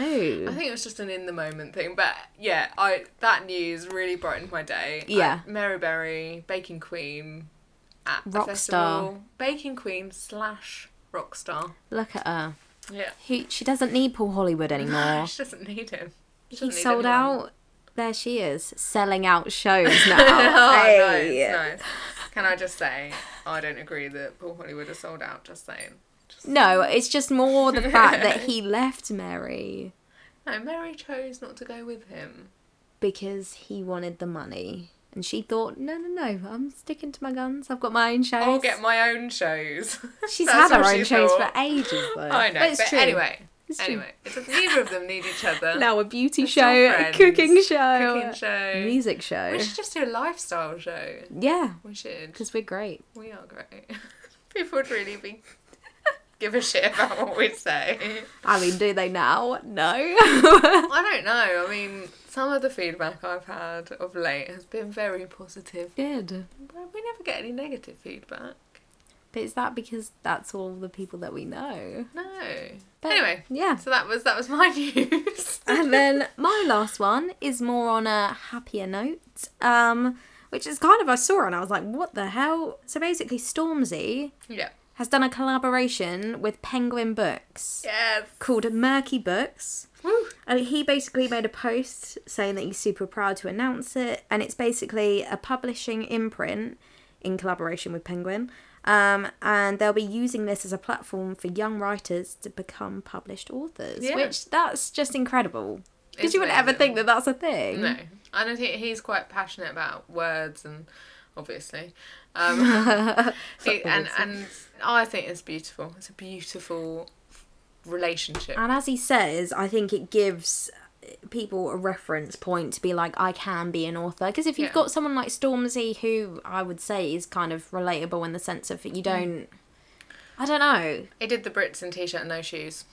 B: I think it was just an in the moment thing, but yeah, I that news really brightened my day.
A: Yeah.
B: I- Mary Berry, Baking Queen, at the
A: Rock
B: festival, Baking Queen slash rockstar.
A: Look at her.
B: Yeah,
A: He, she doesn't need Paul Hollywood anymore.
B: she doesn't need him.
A: he
B: She doesn't need
A: sold
B: anyone.
A: out. There she is, selling out shows
B: oh,
A: now. Hey.
B: nice, nice. Can I just say, I don't agree that Paul Hollywood is sold out. Just saying.
A: No, it's just more the fact that he left Mary
B: No, Mary chose not to go with him.
A: because he wanted the money. And she thought, no, no, no, I'm sticking to my guns. I've got my own shows.
B: I'll get my own shows.
A: She's had
B: That's
A: her
B: what
A: own
B: she
A: shows
B: thought.
A: for ages, though.
B: I know,
A: But
B: but,
A: it's true.
B: anyway,
A: It's true.
B: anyway, it doesn't, neither of them need each other.
A: Now a beauty
B: We're still
A: show, a
B: friends.
A: cooking show,
B: cooking show.
A: a music show.
B: We should just do a lifestyle show.
A: Yeah,
B: We should.
A: because we're great.
B: We are great. People would really be give a shit about what we say.
A: I mean, do they now? No.
B: I don't know. I mean, some of the feedback I've had of late has been very positive.
A: Good.
B: But we never get any negative feedback.
A: But is that because that's all the people that we know?
B: No.
A: But,
B: anyway,
A: Yeah.
B: so that was that was my news.
A: And then my last one is more on a happier note, um, which is kind of I saw and I was like, what the hell? So basically, Stormzy
B: yeah.
A: has done a collaboration with Penguin Books
B: Yes.
A: called Murky Books.
B: Woo.
A: And he basically made a post saying that he's super proud to announce it, and it's basically a publishing imprint in collaboration with Penguin Um, and they'll be using this as a platform for young writers to become published authors,
B: Yeah.
A: which that's just incredible. Because
B: It's
A: you wouldn't ever
B: amazing.
A: think that that's a thing.
B: No, and I think he's quite passionate about words and obviously, um, he- and and I think it's beautiful. It's a beautiful relationship.
A: And as he says, I think it gives people a reference point to be like, I can be an author. Because if you've
B: Yeah.
A: got someone like Stormzy, who I would say is kind of relatable in the sense of
B: Hmm.
A: you don't. I don't know.
B: He did the Brits in t-shirt and no shoes.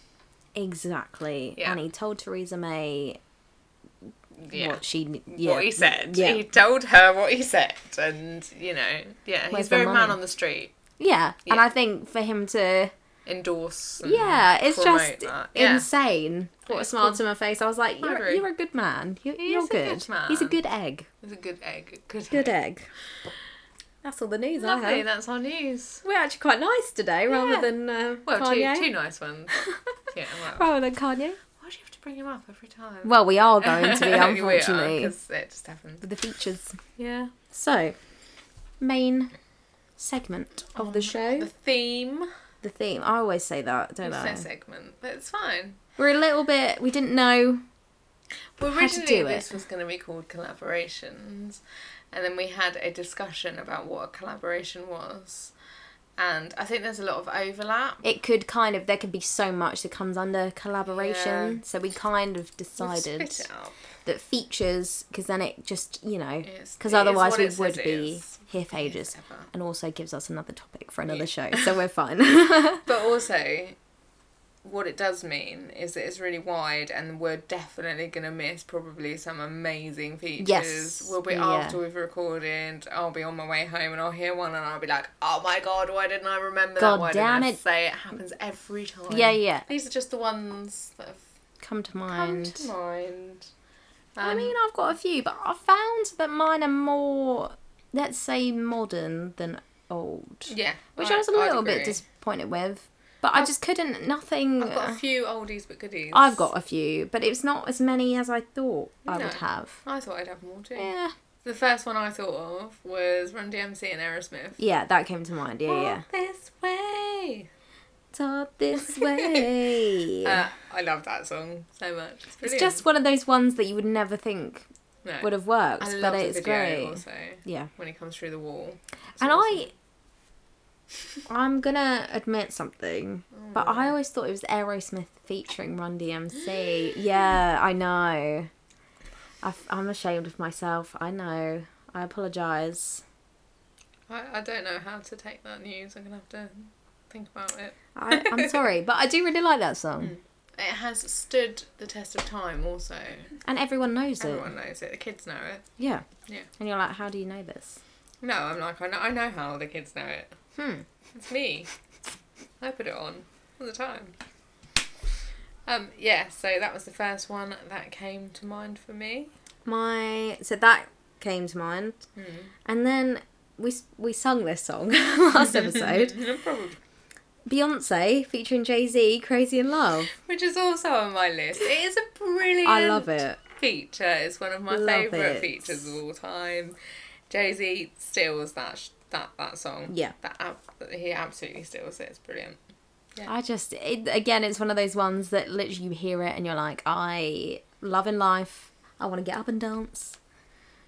A: Exactly.
B: Yeah.
A: And he told Theresa May
B: Yeah.
A: what she. Yeah,
B: What he said.
A: Yeah.
B: He told her what he said, and you know, yeah,
A: Where's
B: he's
A: the
B: very man
A: money?
B: on the street.
A: yeah. And
B: Yeah.
A: I think for him to.
B: Endorse. and
A: Yeah, it's just
B: promote that. Yeah.
A: insane. What a
B: It's
A: smile
B: cool.
A: to my face. I was like, you're,
B: Flattery.
A: you're a good man. You're,
B: He
A: you're
B: is a
A: good.
B: good man.
A: He's a good egg.
B: It's a good egg. Good,
A: Good
B: egg.
A: egg. That's all the news I
B: Lovely.
A: have.
B: That's our news.
A: We're actually quite nice today, rather
B: Yeah.
A: than uh,
B: Well,
A: Kanye.
B: two two nice ones. yeah. Well.
A: rather than Kanye.
B: Why do you have to bring him up every time?
A: Well, we are going to be,
B: we
A: unfortunately,
B: are, 'cause it just happened.
A: with the features.
B: Yeah.
A: So, main segment of the show,
B: The theme.
A: the theme. I always say that, don't
B: It's
A: I?
B: no segment, but it's fine.
A: We're a little bit. We didn't know.
B: Well,
A: How to
B: originally
A: do
B: this was going to be called collaborations, and then we had a discussion about what a collaboration was, and I think there's a lot of overlap.
A: It could kind of. There could be so much that comes under collaboration.
B: Yeah.
A: So we kind of
B: We've
A: decided
B: Split it up.
A: that features, because then it just you know,
B: It's-
A: because
B: it is
A: otherwise
B: what
A: we
B: it says
A: would
B: it
A: be
B: is.
A: here for ages.
B: Ever.
A: and also gives us another topic for another
B: Yeah.
A: show, so we're fine.
B: But also, what it does mean is that it's really wide, and we're definitely going to miss probably some amazing features. We'll be
A: Yeah.
B: after we've recorded. I'll be on my way home, and I'll hear one, and I'll be like, "Oh my god, why didn't I remember
A: God
B: that? Why
A: damn
B: didn't
A: it."
B: I say it? Happens every time."
A: yeah, yeah.
B: These are just the ones that have
A: Come to
B: come
A: mind.
B: to mind.
A: I
B: Um,
A: mean, I've got a few, but I found that mine are more, let's say, modern than old,
B: Um, yeah,
A: which
B: I-
A: I was a
B: I'd
A: little bit
B: agree.
A: disappointed with. But i just couldn't. Nothing.
B: I've got a few oldies but goodies.
A: I've got a few, but it's not as many as I thought I
B: No.
A: would have.
B: I thought I'd have more too.
A: Yeah,
B: The first one I thought of was Run DMC and Aerosmith.
A: yeah, that came to mind. Yeah, yeah.
B: Walk This way.
A: Talk this way.
B: Uh, I love that song so much. It's,
A: it's
B: brilliant.
A: just one of those ones that you would never think
B: no.
A: would have worked,
B: I
A: but
B: love
A: it's
B: the video
A: great.
B: also
A: Yeah.
B: when he comes through the wall. It's
A: and
B: awesome.
A: I, I'm gonna admit something, but
B: Mm.
A: I always thought it was Aerosmith featuring Run DMC. yeah, I know. I, am ashamed of myself. I know. I apologize.
B: I I don't know how to take that news. I'm gonna have to think about it.
A: I, I'm sorry, but I do really like that song,
B: It has stood the test of time. Also,
A: and everyone knows
B: Mm. everyone
A: it.
B: knows it. The kids know it.
A: Yeah.
B: Yeah.
A: And you're like, how do you know this?
B: No, I'm like I know. I know how the kids know it.
A: Hmm.
B: It's me. I put it on all the time. Um. Yeah. So that was the first one that came to mind for me.
A: My so that came to mind,
B: Hmm.
A: and then we s- we sung this song last episode.
B: Probably.
A: Beyonce featuring Jay Z, Crazy in Love.
B: Which is also on my list. It is a brilliant
A: I love it.
B: feature. It's one of my
A: Love
B: favourite
A: it.
B: features of all time. Jay Z steals that sh- that that song.
A: Yeah.
B: That ab- he absolutely steals it. It's brilliant.
A: I just, it, again, it's one of those ones that literally you hear it and you're like, I love in life. I want to get up and dance.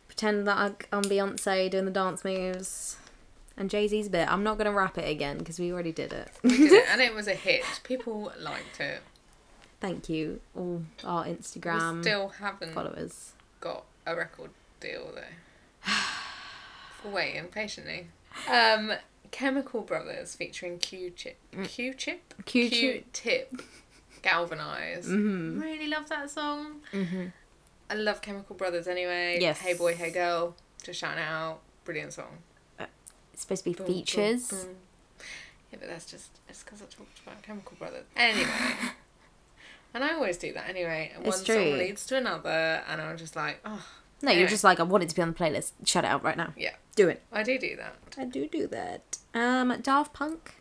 A: Pretend that I- I'm Beyonce doing the dance moves. And Jay Z's bit. I'm not going to rap it again because we already did it.
B: We did it, and it was a hit. People liked it.
A: Thank you, all our
B: we
A: Instagram
B: still haven't
A: followers.
B: got a record deal though. For waiting patiently. Um, Chemical Brothers featuring Q Chip. Q Chip.
A: Mm. Q-Chip. Mm-hmm.
B: Tip. Galvanize. Really love that song. I love Chemical Brothers anyway.
A: Yes.
B: Hey boy, hey girl. Just shouting out. Brilliant song.
A: It's supposed to be
B: Boom, boom,
A: features.
B: boom. Yeah, but that's just it's because I talked about Chemical Brothers. Anyway. And I always do that anyway. One
A: It's
B: song
A: true.
B: leads to another, and I'm just like, oh,
A: No, you're
B: Anyway.
A: just like, I want it to be on the playlist. Shut it out right now.
B: yeah,
A: Do it.
B: I do do that.
A: I do do that. Um, Daft Punk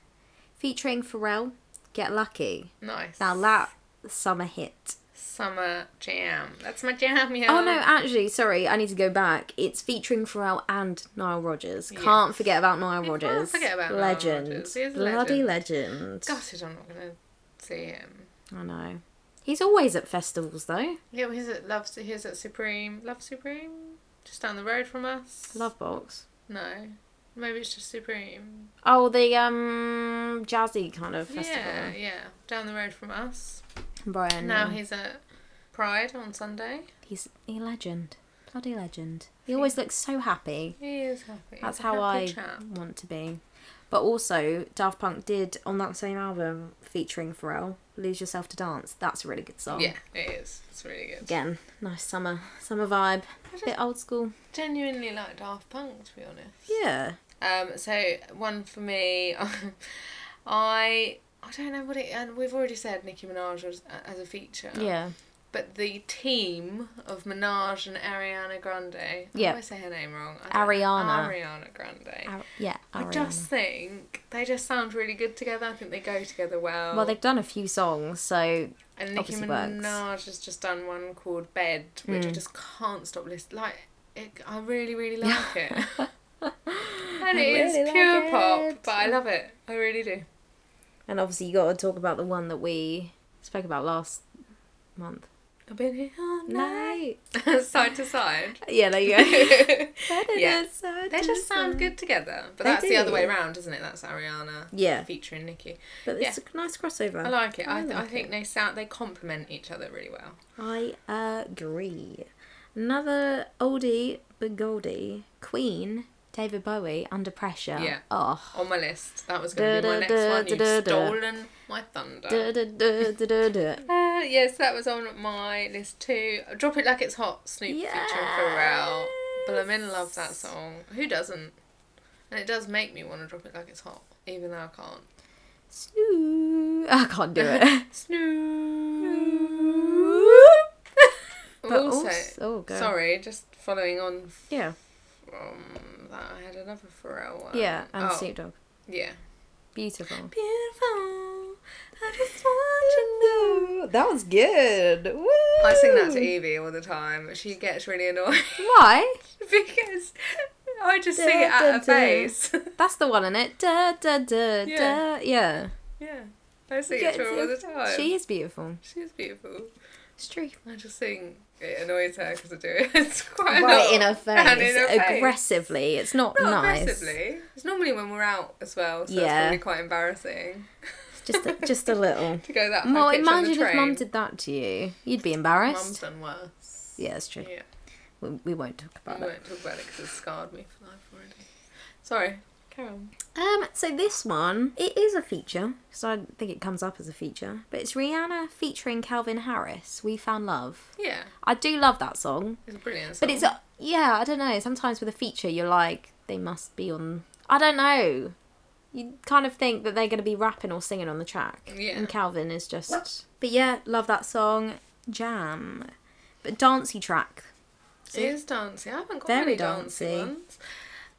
A: featuring Pharrell, Get Lucky.
B: Nice.
A: Now that summer hit.
B: summer jam. That's my jam, yeah.
A: Oh no, actually, sorry, I need to go back. It's featuring Pharrell and Nile Rodgers. Can't forget about Nile
B: can't
A: Rodgers.
B: forget about Nile
A: legend.
B: Rodgers. He is a
A: Bloody legend.
B: Gutted I'm not gonna see him.
A: I know. He's always at festivals though.
B: Yeah, well, he's at Love. He's at Supreme. Love Supreme, just down the road from us.
A: Love box.
B: No, maybe it's just Supreme.
A: Oh, the um jazzy kind of festival.
B: Yeah, yeah, down the road from us.
A: Brian. um,
B: Now he's at Pride on Sunday.
A: he's a legend. Bloody legend. He always looks so happy.
B: He is happy.
A: That's
B: He's a
A: how I
B: happy chap.
A: want to be. But also, Daft Punk did on that same album featuring Pharrell, "Lose Yourself to Dance." That's a really good song.
B: Yeah, it is. It's really good.
A: Again, nice summer summer vibe. A bit old school.
B: Genuinely like Daft Punk, to be honest.
A: Yeah.
B: Um, so one for me, I I don't know what it. And we've already said Nicki Minaj as, as a feature.
A: Yeah.
B: But the team of Minaj and Ariana Grande. I
A: Yeah.
B: always say her name wrong. I don't-
A: Ariana.
B: Ariana Grande.
A: Ar- yeah.
B: I
A: Ariana.
B: just think they just sound really good together. I think they go together well.
A: Well, they've done a few songs, so
B: and Nicki
A: obviously works. Mm.
B: Minaj has just done one called Bed, which I just can't stop listening. Like, it, I really, really like it. and it is
A: really like
B: pure pop,
A: it.
B: but I love it. I really do.
A: and obviously you got to talk about the one that we spoke about last month.
B: I've been here all night.
A: Night.
B: side to side.
A: Yeah, there you go.
B: yeah. They just sound good together.
A: They
B: But that's the other way
A: do.
B: around, isn't it? That's Ariana
A: Yeah,
B: featuring Nicki.
A: but it's a nice crossover.
B: I like it. I, th- I
A: like
B: think they sound they complement each other really well.
A: I agree. Another oldie but goldie, Queen, David Bowie, Under Pressure.
B: Yeah.
A: Oh.
B: On my list. That was going to be my next
A: Da-da-da,
B: one. You've
A: da-da-da.
B: stolen my thunder.
A: Du- du- du- du- du- du.
B: Uh, yes, that was on my list too. Drop It Like It's Hot, Snoop featuring Pharrell. But I'm in love that song. Who doesn't? And it does make me want to drop it like it's hot, even though I can't.
A: Snoo- I can't do it.
B: Snoop.
A: But
B: also,
A: also- oh, go.
B: sorry, just following on
A: yeah.
B: from that, I had another Pharrell one.
A: Yeah, and
B: oh,
A: Snoop Dogg.
B: Yeah.
A: Beautiful.
B: Beautiful. I just
A: That was good. Woo!
B: I sing that to Evie all the time. She gets really annoyed
A: Why?
B: because I just sing it at her face.
A: That's the one in it. Da, da, da,
B: Yeah.
A: yeah. Da. yeah.
B: yeah, I sing it
A: Gets
B: to her all the time.
A: She is beautiful.
B: She's beautiful.
A: It's true.
B: I just sing. It annoys her because I do it. It's quite a
A: Right
B: lot.
A: in her
B: And in
A: face.
B: her face.
A: Aggressively. It's not,
B: Not
A: nice.
B: aggressively. It's normally when we're out as well, so it's
A: Yeah.
B: probably quite embarrassing
A: Just a, just a little.
B: to go that. high
A: well,
B: pitch on the
A: imagine if
B: train.
A: mum did that to you. You'd be embarrassed.
B: Mum's done worse.
A: Yeah, that's true.
B: Yeah.
A: We, we won't talk about
B: We
A: that.
B: won't talk about it because it's scarred me for life already. Sorry, carry on.
A: Um, so this one, it is a feature, because I think it comes up as a feature, but it's Rihanna featuring Calvin Harris, We Found Love.
B: Yeah,
A: I do love that song,
B: it's a brilliant. Song.
A: but it's, a, yeah, I don't know, sometimes with a feature you're like, they must be on, I don't know. You kind of think that they're going to be rapping or singing on the track.
B: Yeah.
A: And Calvin is just, but yeah, love that song, jam. But dancey track.
B: It is dancey. I haven't got
A: Very
B: many dancey.
A: dancey.
B: ones.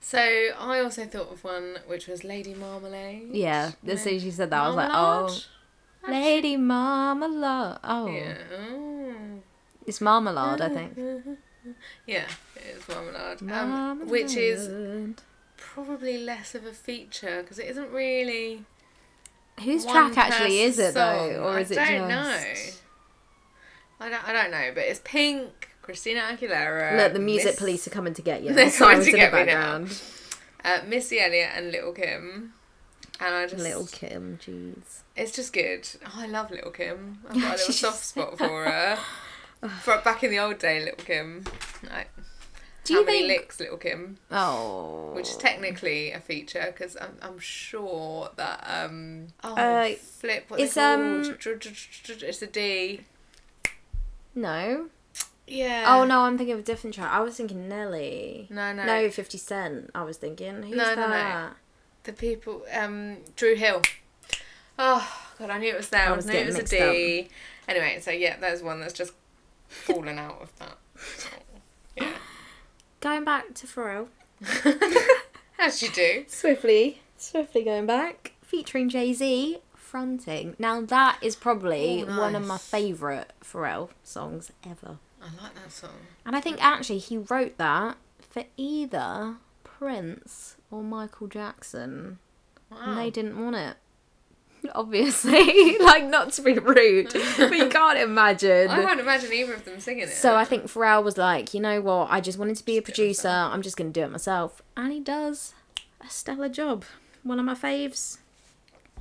B: So I also thought of one which was Lady Marmalade.
A: Yeah, as soon as you said that, I was
B: Marmalade?
A: like, oh, Lady Marmalade. Oh,
B: Yeah. Oh.
A: it's marmalade, I think.
B: Yeah, it is marmalade, um, which is
A: Marmalade.
B: probably less of a feature because it isn't really.
A: whose
B: one
A: track actually is it
B: person's
A: though,
B: song.
A: or is it
B: I
A: just?
B: don't know. I don't. I don't know, but it's Pink, Christina Aguilera.
A: Look, the music
B: Miss-
A: police are coming to get you.
B: Um, They're
A: That's what I
B: coming
A: was
B: to
A: in the
B: get me now.
A: background.
B: uh, Missy Elliott and Little Kim. And I just
A: Little Kim, jeez.
B: It's just good. Oh, I love Little Kim. I've got a little soft spot for her. Fro- Back in the old day, Little Kim. Like,
A: Do
B: how
A: you
B: many
A: think?
B: licks, Little Kim?
A: oh,
B: Which is technically a feature because I'm, I'm sure that um oh
A: Uh,
B: flip what's
A: it's,
B: it called?
A: um,
B: Dr- dr- dr- dr- it's a D.
A: no.
B: Yeah.
A: Oh no, I'm thinking of a different track. I was thinking Nelly.
B: No, no.
A: No, Fifty Cent. I was thinking. Who's
B: No, no, no.
A: that?
B: The people um Drew Hill. Oh god, I knew it was there. I,
A: I was
B: knew it was
A: getting
B: a D. Anyway, so yeah, there's one that's just fallen out of that.
A: Going back to Pharrell.
B: As you do.
A: Swiftly, swiftly going back, featuring Jay Z, confronting. Now that is probably
B: Oh, nice.
A: one of my favourite Pharrell songs ever.
B: I like that song.
A: And I think actually he wrote that for either Prince or Michael Jackson.
B: Wow.
A: And they didn't want it. Obviously. like not to be rude. but you can't imagine.
B: I can't imagine either of them singing it.
A: So I think Pharrell was like, you know what? I just wanted to be a
B: Just do it
A: producer. I'm just going to do it myself. And he does a stellar job. One of my faves.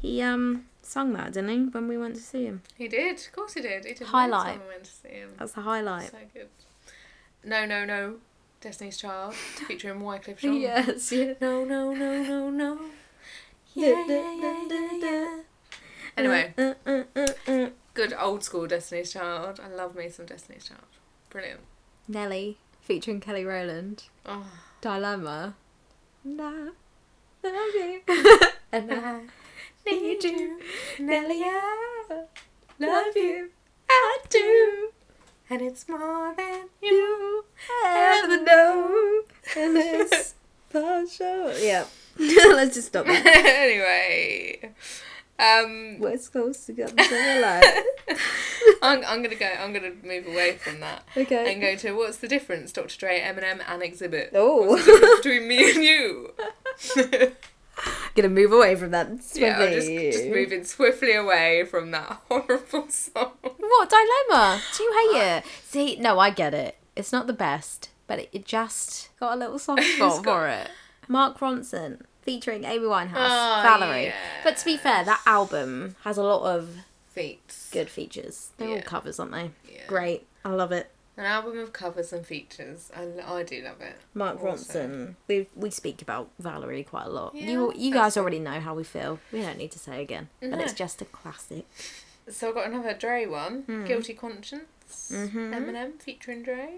A: He um sung that, didn't he? When we went to see him,
B: he did. Of course he did. He did.
A: Highlight. Oh,
B: When went to see him.
A: that's the highlight.
B: So good. No, no, no. Destiny's Child featuring Wycliffe Jean.
A: Yes. yeah.
B: No, no, no, no, no. Yeah, yeah, yeah, yeah, yeah. Anyway,
A: Uh, uh, uh, uh.
B: good old school Destiny's Child. I love me some Destiny's Child. Brilliant.
A: Nelly featuring Kelly Rowland.
B: Oh,
A: Dilemma. Nah, love you. and I need you, Nelly. I love you. I do.
B: and it's more than
A: You
B: ever know.
A: And it's partial. Yeah. Let's just stop that.
B: anyway, um,
A: We're supposed to get the alive.
B: I'm, I'm gonna go. I'm gonna move away from that
A: Okay.
B: and go to what's the difference, Dr. Dre, Eminem, and Exhibit
A: Oh,
B: between me and you.
A: gonna move away from that swiftly.
B: yeah, I'm just just moving swiftly away from that horrible song.
A: What dilemma? Do you hate it? See, no, I get it. It's not the best, but it, it just got a little soft spot for it. Mark Ronson featuring Amy Winehouse,
B: Oh,
A: Valerie. But to be fair, that album has a lot of
B: Feats.
A: good features. They're all
B: Yeah.
A: covers, aren't they?
B: Yeah.
A: Great. I love it.
B: An album of covers and features. I, l- I do love it.
A: Mark
B: Awesome.
A: Ronson. We we speak about Valerie quite a lot.
B: Yeah,
A: you you
B: that's
A: guys already know how we feel. We don't need to say again. But it's
B: No.
A: just a classic.
B: So I've got another Dre one. Guilty Conscience. Eminem featuring Dre.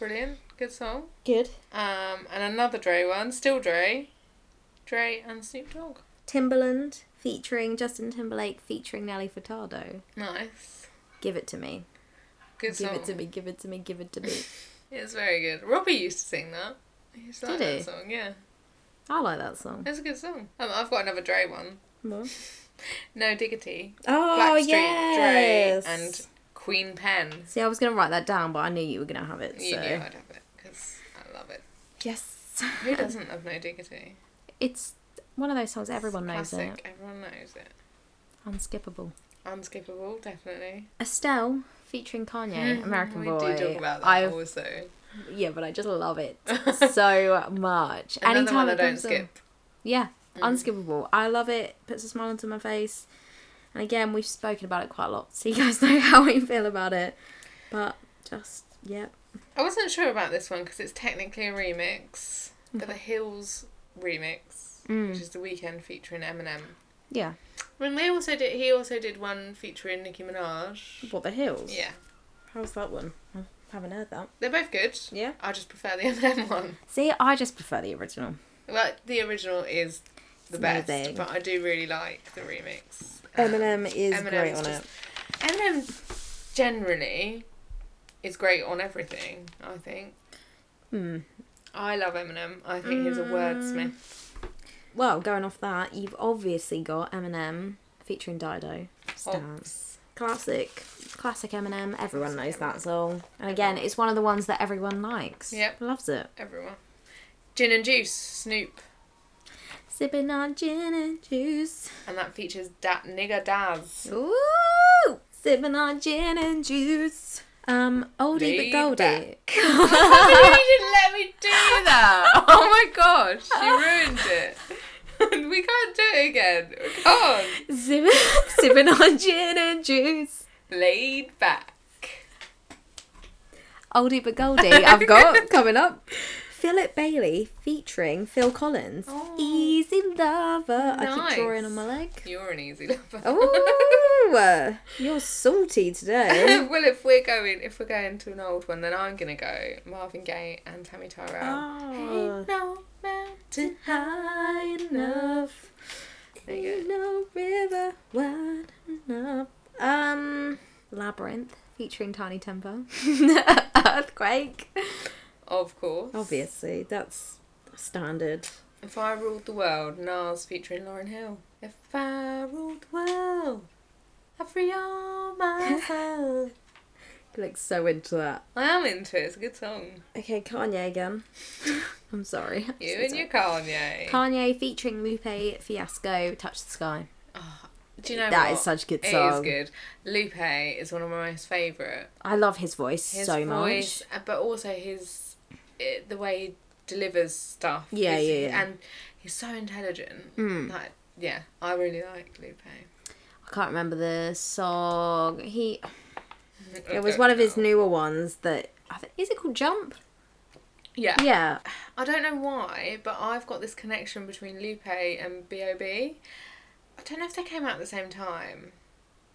B: Brilliant. Good song.
A: Good.
B: Um, and another Dre one. Still Dre. Dre and Snoop Dogg.
A: Timberland featuring Justin Timberlake featuring Nelly Furtado.
B: Nice. Good
A: Give it to me.
B: give
A: give
B: song.
A: it to me, give it to me, give it to me.
B: It's very good. Robbie used to sing that. He used to
A: Did
B: like that
A: he?
B: song, yeah.
A: I like that song.
B: It's a good song. Um, I've got another Dre one. No Diggity.
A: Oh
B: Blackstreet,
A: yes.
B: Dre, and Queen Pen.
A: see, I was gonna write that down, but I knew you were gonna have it. So
B: You knew I'd have it because I love it.
A: yes,
B: Who doesn't love No Diggity?
A: it's one of those songs everyone knows
B: Classic.
A: it.
B: Everyone knows it.
A: Unskippable.
B: Unskippable, definitely.
A: Estelle featuring Kanye, American
B: Mm-hmm. we
A: Boy.
B: do talk about that
A: I've-
B: also.
A: yeah, but I just love it so much.
B: Another one I
A: it
B: don't
A: comes on-
B: skip.
A: Yeah, unskippable. I love it. Puts a smile onto my face. And again, we've spoken about it quite a lot, so you guys know how we feel about it. But just yeah,
B: I wasn't sure about this one because it's technically a remix, but the Hills remix,
A: Mm.
B: which is the weekend featuring Eminem.
A: yeah.
B: When they also did, he also did one featuring Nicki Minaj.
A: What the hills?
B: Yeah,
A: How's that one? I haven't heard that.
B: they're both good.
A: Yeah.
B: I just prefer the Eminem one.
A: See, I just prefer the original.
B: Well, the original is the
A: It's
B: best,
A: amazing.
B: but I do really like the remix.
A: Eminem is
B: Eminem's
A: great on
B: just-
A: it.
B: Eminem generally is great on everything. I think.
A: Hmm.
B: I love Eminem. I think he's a wordsmith.
A: Well, going off that, you've obviously got Eminem featuring Dido. Stamps.
B: Obs.
A: Classic. Classic Eminem. Everyone knows
B: Classic
A: that song. And again, it's one of the ones that everyone likes.
B: Yep.
A: Loves it.
B: Everyone. Gin and Juice, Snoop.
A: Sipping on gin and juice.
B: And that features Dat Nigga Daz.
A: Ooh! Sipping on gin and juice. Um, oldie
B: Laid
A: but goldie.
B: back. you didn't let me do that. Oh my gosh, you ruined it. we can't do it again. We can't.
A: Sipping, sipping on gin and juice.
B: Laid back.
A: Oldie but goldie. I've got coming up. Philip Bailey featuring Phil Collins.
B: Oh.
A: Easy lover. I
B: Nice.
A: keep drawing on my leg.
B: You're an easy lover.
A: Oh, you're salty today.
B: well, if we're going, if we're going to an old one, then I'm gonna go Marvin Gaye and Tammy Tyrell.
A: Oh.
B: Ain't no mountain.
A: high enough.
B: There you go.
A: Ain't no river wide enough. Um, Labyrinth featuring Tiny Tempo. Earthquake.
B: Of course.
A: Obviously, that's standard.
B: If I ruled the world, Nas featuring Lauren Hill. If I ruled the world, I free all myself.
A: Like so into that.
B: I am into it. It's a good song.
A: Okay, Kanye again. I'm sorry.
B: You
A: I'm so
B: and your
A: sorry.
B: Kanye.
A: Kanye featuring Lupe Fiasco, Touch the Sky.
B: Do you know
A: That
B: what?
A: is such a good
B: It is
A: song.
B: good. Lupe is one of my most favourite.
A: I love his voice
B: His
A: so
B: voice,
A: much.
B: uh, but also his it, the way he delivers stuff.
A: Yeah,
B: is-
A: yeah, yeah.
B: And he's so intelligent.
A: Mm.
B: Like, yeah, I really like Lupe.
A: I can't remember the song. He it was one of his newer ones that I thi- is it called Jump?
B: Yeah.
A: Yeah.
B: I don't know why, but I've got this connection between Lupe and B.O.B. I don't know if they came out at the same time.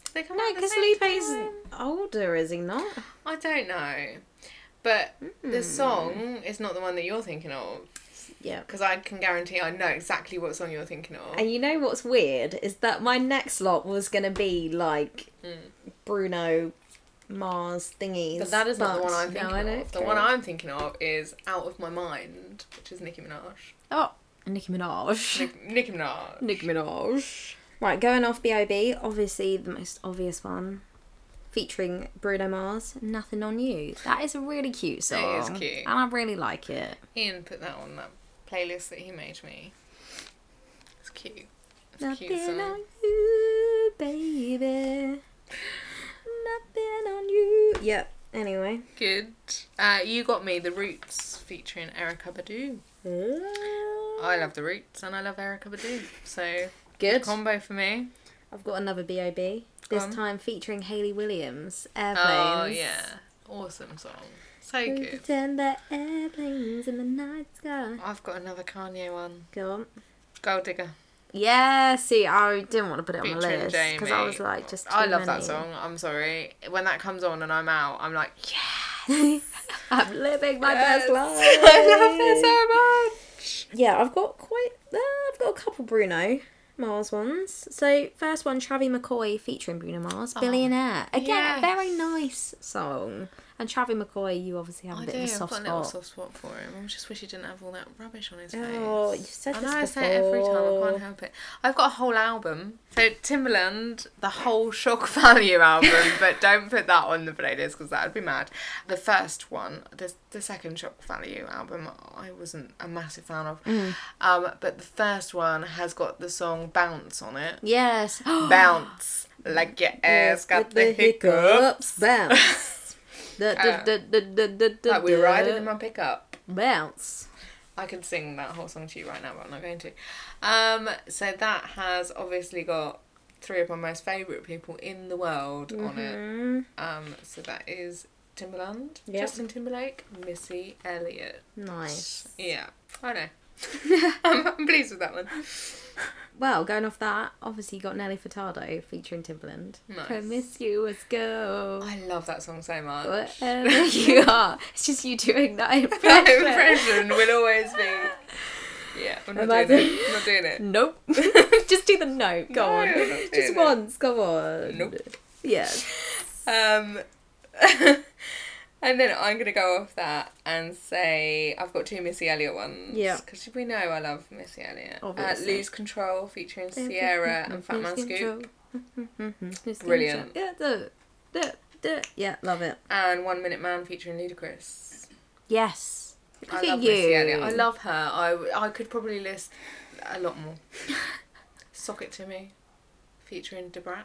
B: Did they come
A: No,
B: out at the
A: because
B: same
A: Lupe's
B: time?
A: older, is he not?
B: I don't know. But the
A: Mm.
B: song is not the one that you're thinking of.
A: Yeah.
B: Because I can guarantee I know exactly what song you're thinking of.
A: And you know what's weird is that my next lot was gonna be like
B: Mm.
A: Bruno Mars thingies.
B: But that is not the
A: but-
B: one I'm
A: No,
B: thinking
A: I know,
B: of. The
A: okay.
B: one I'm thinking of is Out of My Mind, which is Nicki Minaj.
A: Oh, Nicki Minaj.
B: Nick, Nicki Minaj.
A: Nicki Minaj. Right, going off B.O.B., obviously the most obvious one. Featuring Bruno Mars, Nothing on You. That is a really cute song.
B: It is cute.
A: And I really like it.
B: Ian put that on that playlist that he made me. It's cute. It's a cute
A: Nothing
B: song.
A: on you, baby. Nothing on you. Yep, anyway.
B: Good. Uh, you got me the Roots featuring Erica Badu. I love the Roots and I love Erica Badu. So
A: Good.
B: combo for me.
A: I've got another B.O.B. This
B: on.
A: time featuring Hayley Williams, Airplanes.
B: Oh yeah, awesome song. So
A: We
B: good.
A: Pretend that airplanes in the night sky.
B: I've got another Kanye one.
A: Go on.
B: Gold Digger.
A: Yeah, see, I didn't want to put it on the
B: featuring
A: list
B: Jamie.
A: because I was like, just too
B: I love that
A: many.
B: song. I'm sorry. When that comes on and I'm out, I'm like,
A: I'm living my
B: yes,
A: best life.
B: I love it so much.
A: Yeah, I've got quite. Uh, I've got a couple Bruno Mars ones. So first one, Travie McCoy featuring Bruno Mars, Billionaire. Again,
B: Oh, yes.
A: a very nice song. And Travie McCoy, you obviously have a
B: I
A: bit
B: do.
A: of a
B: I've
A: soft
B: got a little
A: spot.
B: soft spot for him. I just wish he didn't have all that rubbish on his face.
A: Oh, you've said
B: I
A: this
B: know I say it every time. I
A: before.
B: can't help it. I've got a whole album. So Timberland, the whole Shock Value album, but don't put that on the playlist because that would be mad. The first one, the the second Shock Value album, I wasn't a massive fan of.
A: Mm.
B: Um, but the first one has got the song Bounce on it.
A: Yes.
B: Bounce like your ass got the hiccup.
A: Bounce.
B: Uh, Like we're riding in my pickup.
A: Bounce.
B: I could sing that whole song to you right now, but I'm not going to. Um, so that has obviously got three of my most favourite people in the world on it.
A: Mm,
B: Um, so that is Timberland,
A: Yep.
B: Justin Timberlake, Missy Elliott.
A: nice.
B: Yeah, I know. I'm, I'm pleased with that one.
A: Well, going off that, obviously you got Nelly Furtado featuring Timbaland.
B: Nice.
A: Promiscuous girl.
B: I love that song so much.
A: Whatever you are. It's just you doing that
B: that
A: impression.
B: impression will always be. Yeah, I'm not
A: Imagine.
B: doing it. I'm not doing it.
A: Nope. just do the nope. Go
B: No,
A: on.
B: I'm not doing
A: Just
B: it.
A: once. Go on.
B: Nope.
A: Yes.
B: Um, and then I'm gonna go off that and say I've got two Missy Elliott ones.
A: Yeah.
B: because we know I love Missy Elliott. Uh,
A: Obviously.
B: Lose Control featuring Sierra and Fat Man Scoop, Brilliant.
A: Brilliant. Yeah, do it. Do it. Do it. Yeah, love it.
B: and One Minute Man featuring Ludacris.
A: Yes. Look
B: I
A: at
B: love
A: you.
B: Missy Elliott. I love her. I w- I could probably list a lot more. Sock it to me, featuring Debrat.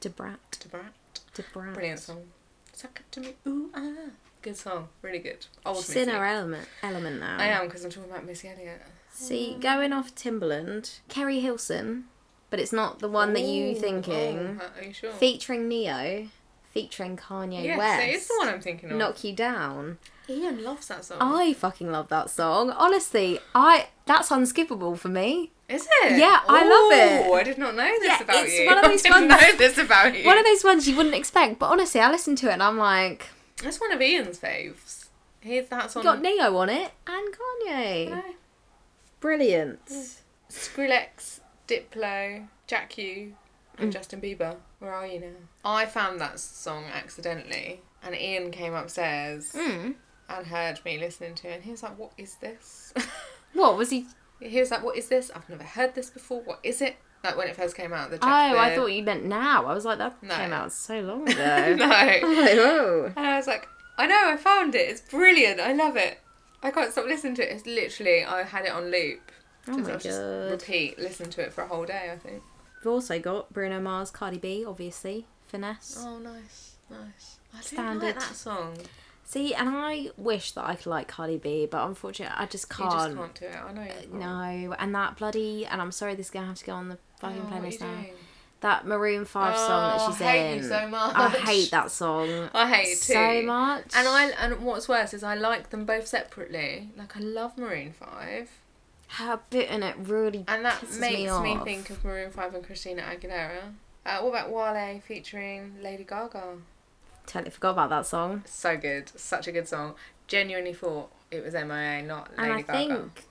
A: Debrat.
B: Debrat,
A: Debrat.
B: brilliant song. Sock it to me, ooh ah, good song, really good. Old
A: She's in
B: Missy.
A: her element, element now.
B: I am because I'm talking about Missy Elliott.
A: See, going off Timberland, Kerry Hilson, but it's not the one that you
B: Ooh,
A: thinking.
B: oh, are you sure?
A: Featuring Neo, featuring Kanye
B: yes,
A: West.
B: it is the one I'm thinking of.
A: Knock you down.
B: Ian loves that song.
A: I fucking love that song. Honestly, I that's unskippable for me.
B: is it?
A: Yeah, I love it.
B: Oh, I did not know this
A: Yeah,
B: about
A: it's
B: you.
A: one of those
B: I didn't
A: ones-
B: know this about you.
A: One of those ones you wouldn't expect, but honestly, I listened to it and I'm like,
B: That's one of Ian's faves. He, that's
A: you
B: on.
A: got Neo on it and Kanye.
B: No.
A: Brilliant.
B: Skrillex, Diplo, Jack U,
A: Mm.
B: and Justin Bieber. Where are you now? I found that song accidentally, and Ian came upstairs
A: Mm.
B: and heard me listening to it, and he was like, "What is this?"
A: What was he?
B: He was like, What is this? I've never heard this before. What is it? Like when it first came out, the
A: Oh,
B: Jack
A: I
B: the-
A: thought you meant now. I was like, that
B: No.
A: came out so long ago.
B: no.
A: like, whoa.
B: And I was like, I know, I found it. It's brilliant. I love it. I can't stop listening to it. It's literally, I had it on loop.
A: Oh
B: Just-
A: my
B: I was just
A: god.
B: repeat, listen to it for a whole day. I think.
A: We've also got Bruno Mars, Cardi B, obviously, Finesse.
B: Oh, nice, nice. I
A: Standard.
B: Standard. like that song.
A: See, and I wish that I could like Cardi B, but unfortunately, I just can't. Uh,
B: You just can't do it. I know. You can't.
A: No, and that bloody and I'm sorry, this is gonna have to go on the fucking
B: Oh, what are you
A: playlist now.
B: doing?
A: That Maroon Five song
B: Oh,
A: that she's
B: I hate
A: in.
B: you so much.
A: I hate that song.
B: I hate it too.
A: so much.
B: And I and what's worse is I like them both separately. Like I love Maroon Five,
A: her bit in it really
B: and that
A: pisses
B: makes
A: me,
B: me,
A: off.
B: think of Maroon Five and Christina Aguilera. Uh, what about Wale featuring Lady Gaga?
A: Totally forgot about that song.
B: So good, such a good song. Genuinely thought it was MIA, not
A: And
B: Lady
A: I
B: Gaga.
A: think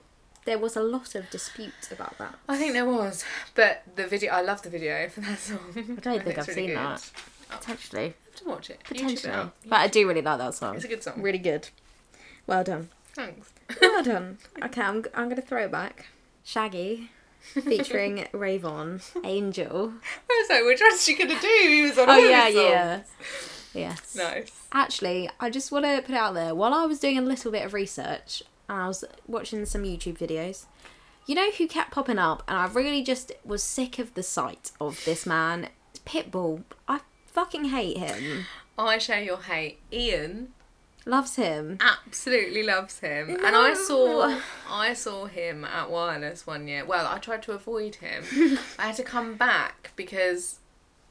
A: there was a lot of dispute about that.
B: I think there was, but the video. I love the video for that song. I don't
A: think I've seen that. Potentially,
B: Have to watch it. YouTube Oh. it
A: potentially,
B: out.
A: but I do really like that song.
B: It's a good song.
A: Really good. Well done.
B: Thanks.
A: Well done. Okay, I'm, I'm going to throw it back. Shaggy featuring Ravon, Angel.
B: I was like, which one's she gonna do? He was on.
A: Oh,
B: all these
A: yeah,
B: songs.
A: yeah. Yes.
B: Nice.
A: Actually, I just want to put it out there. While I was doing a little bit of research and I was watching some YouTube videos, you know who kept popping up, and I really just was sick of the sight of this man? Pitbull. I fucking hate him.
B: I share your hate. Ian
A: Loves him.
B: absolutely loves him, and I saw
A: No.
B: I saw him at Wireless one year. Well, I tried to avoid him. I had to come back because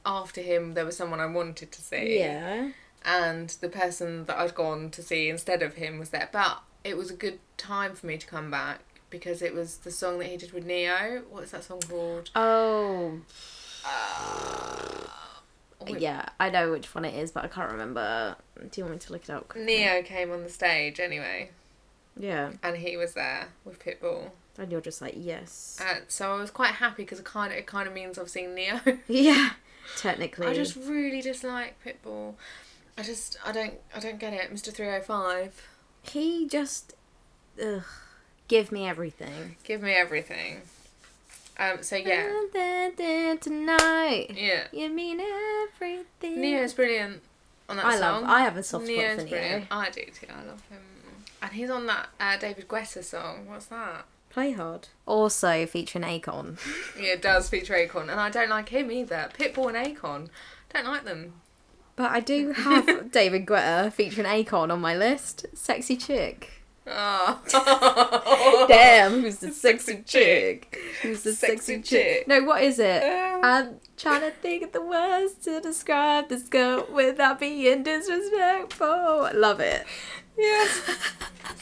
B: after him there was someone I wanted to see.
A: Yeah.
B: and the person that I'd gone to see instead of him was there. But it was a good time for me to come back because it was the song that he did with Neo. What's that song called?
A: Oh,
B: Wait.
A: yeah. I know which one it is, but I can't remember. Do you want me to look it up?
B: Neo came on the stage anyway,
A: Yeah.
B: and he was there with Pitbull.
A: And you're just like, yes.
B: Uh, so I was quite happy because it kind of it kind of means I've seen Neo.
A: yeah. Technically.
B: I just really dislike Pitbull. I just I don't I don't get it, Mr. Three Hundred Five.
A: He just. Ugh. Give me everything.
B: Give me everything. Um. So yeah,
A: I'm there, there tonight.
B: yeah.
A: You mean everything.
B: Neo's brilliant on that
A: I
B: song.
A: love. I have a soft spot
B: Neo's
A: for Neo.
B: brilliant. I do too. I love him. And he's on that uh, David Guetta song. What's that?
A: Play hard. Also featuring Akon.
B: Yeah, it does feature Akon, and I don't like him either. Pitbull and Akon, don't like them.
A: But I do have David Guetta featuring Akon on my list. Sexy chick.
B: Oh.
A: Damn, who's the
B: Sexy
A: sexy chick? Who's the
B: Sexy
A: sexy
B: chick.
A: chick? No, what is it?
B: Um,
A: I'm trying to think of the words to describe this girl without being disrespectful. Love it.
B: Yes,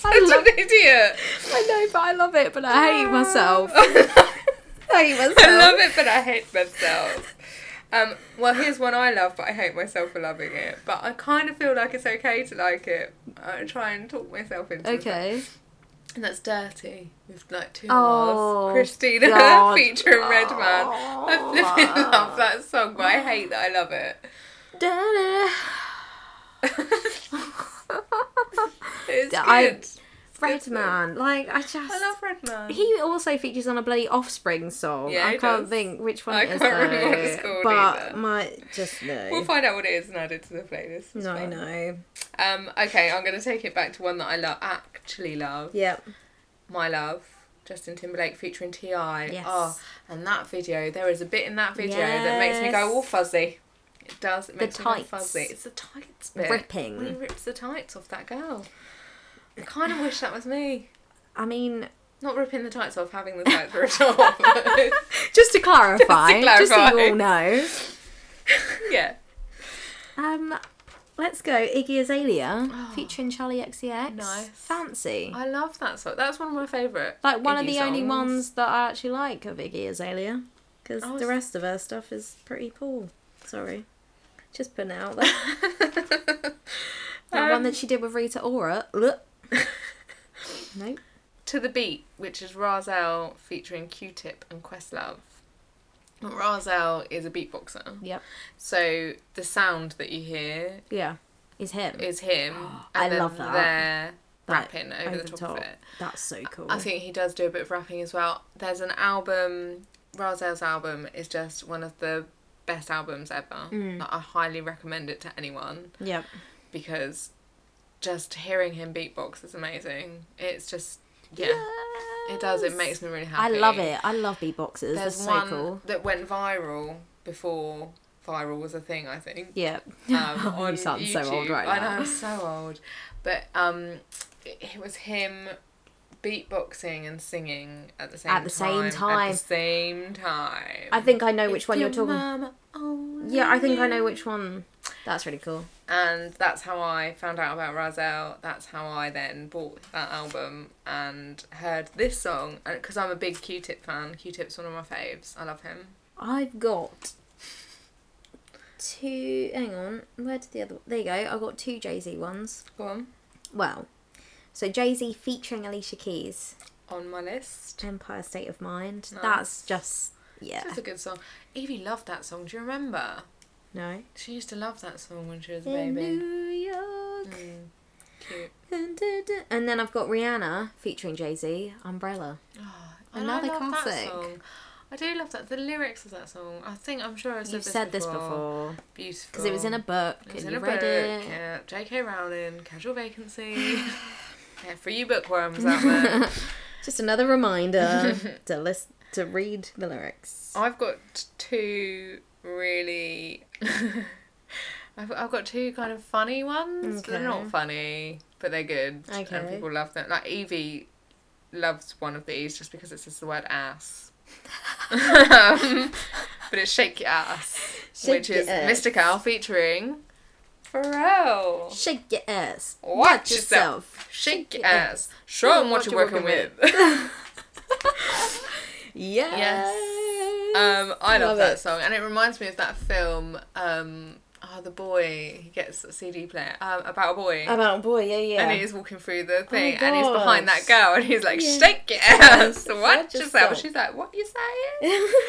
A: I
B: such
A: love
B: an idiot.
A: I know, but I love it, but I hate myself. I hate myself.
B: I love it, but I hate myself. Um, well, here's one I love, but I hate myself for loving it. But I kind of feel like it's okay to like it. I try and talk myself into it.
A: Okay.
B: And that's dirty. With like two
A: Oh,
B: R's. Christina
A: God.
B: featuring Redman. I flipping love that song, but I hate that I love it. it's
A: I-
B: good.
A: Redman, like I just.
B: I love Redman.
A: He also features on a bloody Offspring song.
B: Yeah,
A: I
B: he
A: can't
B: does.
A: think which one
B: I
A: it is
B: can't remember
A: though,
B: what it's called
A: but
B: either.
A: my just no.
B: We'll find out what it is and add it to the playlist. It's
A: no,
B: fine.
A: no.
B: Um, okay, I'm going to take it back to one that I love, actually love.
A: Yep.
B: My Love. Justin Timberlake featuring T.I.
A: Yes.
B: Oh, and that video, there is a bit in that video that makes me go
A: Yes.
B: all fuzzy. It does. It makes me
A: tights.
B: go fuzzy. It's the tights bit.
A: Ripping.
B: When he rips the tights off that girl. I kind of wish that was me.
A: I mean,
B: Not ripping the tights off, having the tights ripped off.
A: just to clarify, just, so
B: clarify.
A: you all know,
B: yeah.
A: um, let's go Iggy Azalea featuring Charlie XCX.
B: Oh. Nice.
A: Fancy.
B: I love that song. That's one of my favourite.
A: like one of
B: Iggy
A: the only
B: songs.
A: ones that I actually like of Iggy Azalea, because
B: I was-
A: the rest of her stuff is pretty poor. Sorry, just putting it out there. that
B: Um,
A: one that she did with Rita Ora. Look. nope.
B: To the Beat, which is Razel featuring Q Tip and Questlove. Razel is a beatboxer.
A: Yep.
B: So the sound that you hear
A: Yeah. Is him.
B: is him.
A: I
B: and then
A: love that.
B: They're
A: Like,
B: rapping over, the top, of it.
A: That's so cool.
B: I think he does do a bit of rapping as well. There's an album Razel's album is just one of the best albums ever.
A: Mm.
B: Like, I highly recommend it to anyone
A: Yep.
B: because just hearing him beatbox is amazing. It's just yeah, it does. It makes me really
A: Um, I
B: happy.
A: love it. I love beatboxes. They're
B: There's
A: so
B: one
A: cool.
B: that went viral before viral was a thing. I think
A: Yeah.
B: um, on
A: you sound so old
B: YouTube.
A: right
B: I
A: now.
B: know, I'm so old. But um, it was him beatboxing and singing at the same
A: At the same
B: At
A: time.
B: the same time.
A: I think I know which
B: If
A: one you're
B: your
A: talking.
B: mama only
A: Yeah, I think I know
B: knew.
A: which one. That's really cool.
B: And that's how I found out about Razel. That's how I then bought that album and heard this song. Because I'm a big Q-Tip fan. Q-Tip's one of my faves. I love him.
A: I've got two. Hang on, where did the other? There you go. I've got two Jay Z ones.
B: Go on.
A: Well, so Jay Z featuring Alicia Keys,
B: On my list.
A: Empire State of Mind.
B: Nice.
A: That's just yeah.
B: That's a good song. Evie loved that song. Do you remember?
A: no.
B: She used to love that song when she was a
A: In
B: baby.
A: New York.
B: Mm, cute.
A: and da- da- And then I've got Rihanna featuring Jay Z, Umbrella.
B: Oh,
A: Another
B: I love That
A: classic.
B: song. I do love that. The lyrics of that song. I think I'm sure I said
A: You've
B: this
A: said this
B: before.
A: before
B: Beautiful.
A: because it was in a book
B: It was
A: and
B: in
A: you
B: a
A: read
B: book.
A: it.
B: Yeah. J.K. Rowling. Casual vacancy. yeah, for you bookworms out there.
A: Just another reminder to list to read the lyrics.
B: I've got two really. I've, I've got two kind of funny ones. but They're
A: Okay.
B: not funny, but they're good. And
A: Okay.
B: people love them. Like Evie loves one of these just because it says the word ass. Um, but it's Shake Your Ass,
A: Shake
B: which
A: your
B: is
A: ass.
B: Mr. Cow featuring Pharrell.
A: Shake your ass.
B: Watch yourself. Shake your
A: your
B: ass. Show 'em what you're working with.
A: Yes.
B: Um, I love,
A: Love
B: that
A: it.
B: song, and it reminds me of that film. Um, oh, the boy he gets a CD player um, about a boy,
A: About a boy, yeah, yeah.
B: and he's walking through the thing, and he's
A: God.
B: behind that girl, and he's like,
A: Yeah.
B: "Shake your ass,
A: Yeah,
B: watch
A: just
B: yourself."
A: that.
B: She's like, "What you saying?"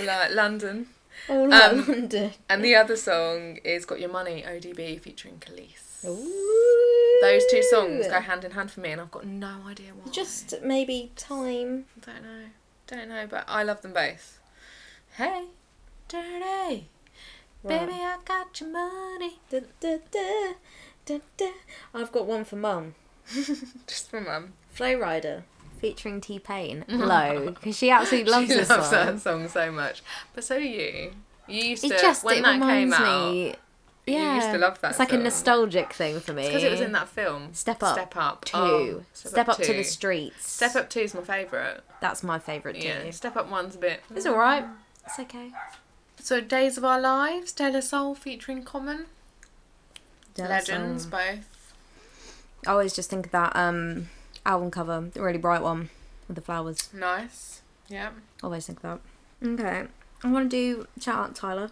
B: Or like London.
A: All
B: Um,
A: London.
B: And the other song is "Got Your Money" ODB featuring Khalees.
A: Ooh.
B: Those two songs go hand in hand for me, and I've got no idea why.
A: Just maybe time.
B: Don't know. Don't know, but I love them both. Hey, dirty. Baby, I got your money.
A: Da, da, da, da, da. I've got one for mum.
B: Just for mum.
A: Flow Rider featuring T Pain. Low. Because she absolutely loves
B: Mm-hmm. she
A: this
B: loves
A: one.
B: that song so much. But so do you. You used
A: It
B: to,
A: just
B: when
A: it
B: that came
A: reminds
B: out,
A: me. Yeah.
B: you used to love that
A: It's like a
B: song.
A: nostalgic thing for me.
B: because it was in that film.
A: Step Up
B: Step Up.
A: Two.
B: Oh,
A: step, up, to the
B: Two.
A: streets.
B: Step Up 2 is my favourite.
A: That's my favourite too.
B: Yeah. Step Up 1's a bit.
A: It's alright. It's okay.
B: So Days of Our Lives, De La Soul featuring Common. Legends,
A: Um,
B: both.
A: I always just think of that um, album cover, the really bright one with the flowers.
B: Nice. Yeah.
A: Always think of that. Okay. I want to do shout out Tyler,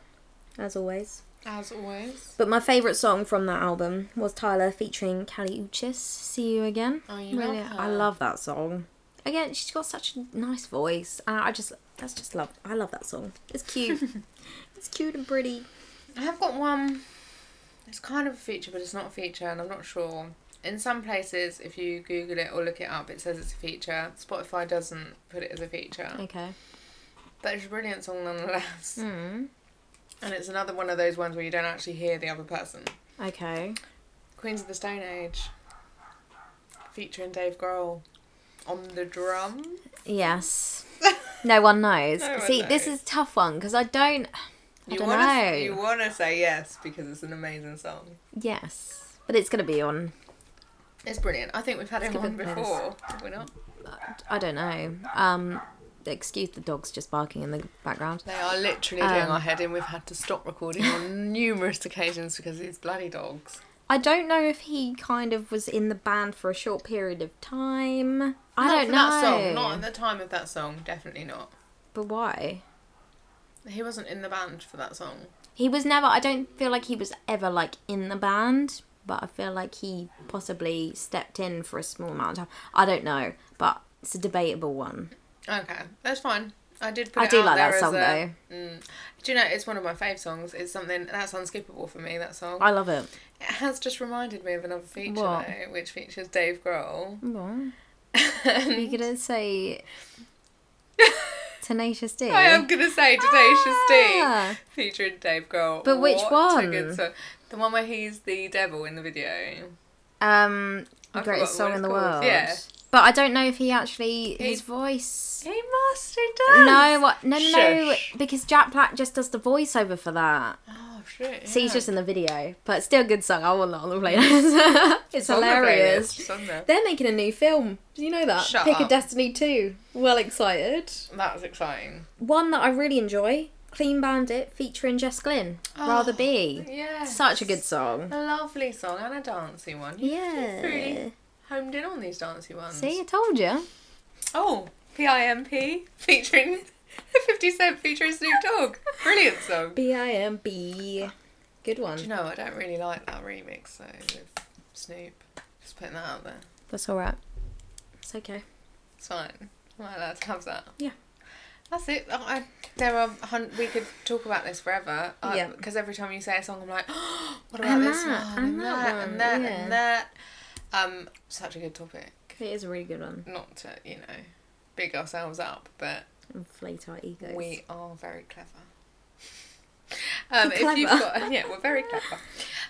A: as always.
B: As always.
A: But my favourite song from that album was Tyler featuring Callie Uchis, See You Again.
B: Oh, you love her.
A: I love that song. Again, she's got such a nice voice. And I just, that's just love. I love that song. It's cute. it's cute and pretty.
B: I have got one. It's kind of a feature, but it's not a feature, and I'm not sure. In some places, if you Google it or look it up, it says it's a feature. Spotify doesn't put it as a feature,
A: Okay.
B: but it's a brilliant song nonetheless.
A: Mm.
B: And it's another one of those ones where you don't actually hear the other person.
A: Okay.
B: Queens of the Stone Age, featuring Dave Grohl on the drum.
A: Yes. No one knows.
B: No one
A: See, this
B: knows.
A: is a tough one because I don't. I
B: You
A: don't
B: wanna
A: know.
B: you wanna say yes because it's an amazing song.
A: Yes, but it's gonna be on.
B: It's brilliant. I think we've had
A: Let's
B: him
A: give
B: on
A: it a miss.
B: before. Have we not?
A: I don't know. Um, excuse the dogs just barking in the background.
B: They are literally
A: Um,
B: doing our head in. We've had to stop recording on numerous occasions because of these bloody dogs.
A: I don't know if he kind of was in the band for a short period of time. I
B: not
A: don't
B: for
A: know.
B: that song. Not at the time of that song. Definitely not.
A: But why?
B: He wasn't in the band for that song.
A: He was never. I don't feel like he was ever like in the band. But I feel like he possibly stepped in for a small amount of time. I don't know, but it's a debatable one.
B: Okay, that's fine. I did. Put
A: I
B: it
A: do
B: out
A: like
B: there
A: that
B: as
A: song
B: a- Mm. do you know it's one of my fave songs? It's something that's unskippable for me. That song.
A: though. I love it.
B: It has just reminded me of another feature
A: What?
B: though, which features Dave Grohl.
A: What? Are you gonna say Tenacious D.
B: I am gonna say Tenacious
A: Ah.
B: D featuring Dave Grohl.
A: But which
B: What a
A: one?
B: good song. The one where he's the devil in the video.
A: Um,
B: I
A: greatest
B: forgot what
A: song in
B: it's
A: the
B: called.
A: world.
B: Yeah.
A: But I don't know if he actually
B: He-
A: his voice.
B: He must. He does.
A: No, what? No, no, no.
B: Shush.
A: Because Jack Black just does the voiceover for that.
B: Oh shit.
A: See, he's
B: yeah.
A: just in the video, but it's still a good song. I will not on the playlist. it's
B: on the
A: hilarious.
B: playlist, it's on there.
A: They're making a new film. Do you know that?
B: Shut
A: Pick a
B: up.
A: Destiny 2. Well excited.
B: That was exciting.
A: One that I really enjoy, Clean Bandit featuring Jess Glynn. Rather
B: Oh,
A: Be.
B: Yeah.
A: Such a good song.
B: A lovely song and a dancey one. You
A: Yeah.
B: really homed in on these dancey ones.
A: See, I told you.
B: Oh, P.I.M.P. featuring 50 Cent featuring Snoop Dogg. Brilliant song.
A: B I M B. Good
B: Do you
A: one.
B: know, I don't really like that remix though with Snoop. Just putting that out there.
A: That's alright. It's okay.
B: It's fine. I'm not allowed to have that.
A: Yeah.
B: That's it. Oh, I, there are hun- we could talk about this forever.
A: Yeah.
B: Because every time you say a song, I'm like, what about
A: And
B: this
A: that,
B: one
A: and
B: and
A: that
B: that,
A: one,
B: and that
A: yeah.
B: and that. Um, such a good topic.
A: It is a really good one.
B: not to you know big ourselves up but
A: Inflate our egos.
B: we are very clever um, if
A: Clever.
B: you've got yeah we're very clever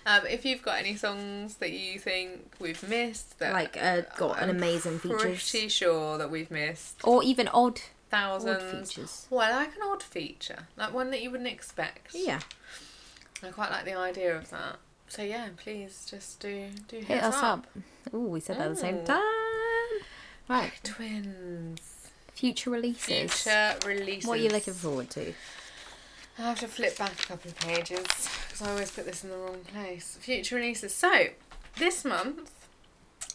B: um, if you've got any songs that you think we've missed that
A: like uh, got an
B: I'm
A: amazing features.
B: pretty sure that we've missed
A: Or even odd odd
B: thousands
A: features.
B: well I like an odd feature like one that you wouldn't expect
A: Yeah.
B: I quite like the idea of that so yeah please just do do hit,
A: Hit us up. Ooh, we said that at the same
B: Ooh.
A: time. Right.
B: twins
A: Future releases.
B: future releases
A: What are you looking forward to?
B: I have to flip back a couple of pages because I always put this in the wrong place. Future releases. So, this month,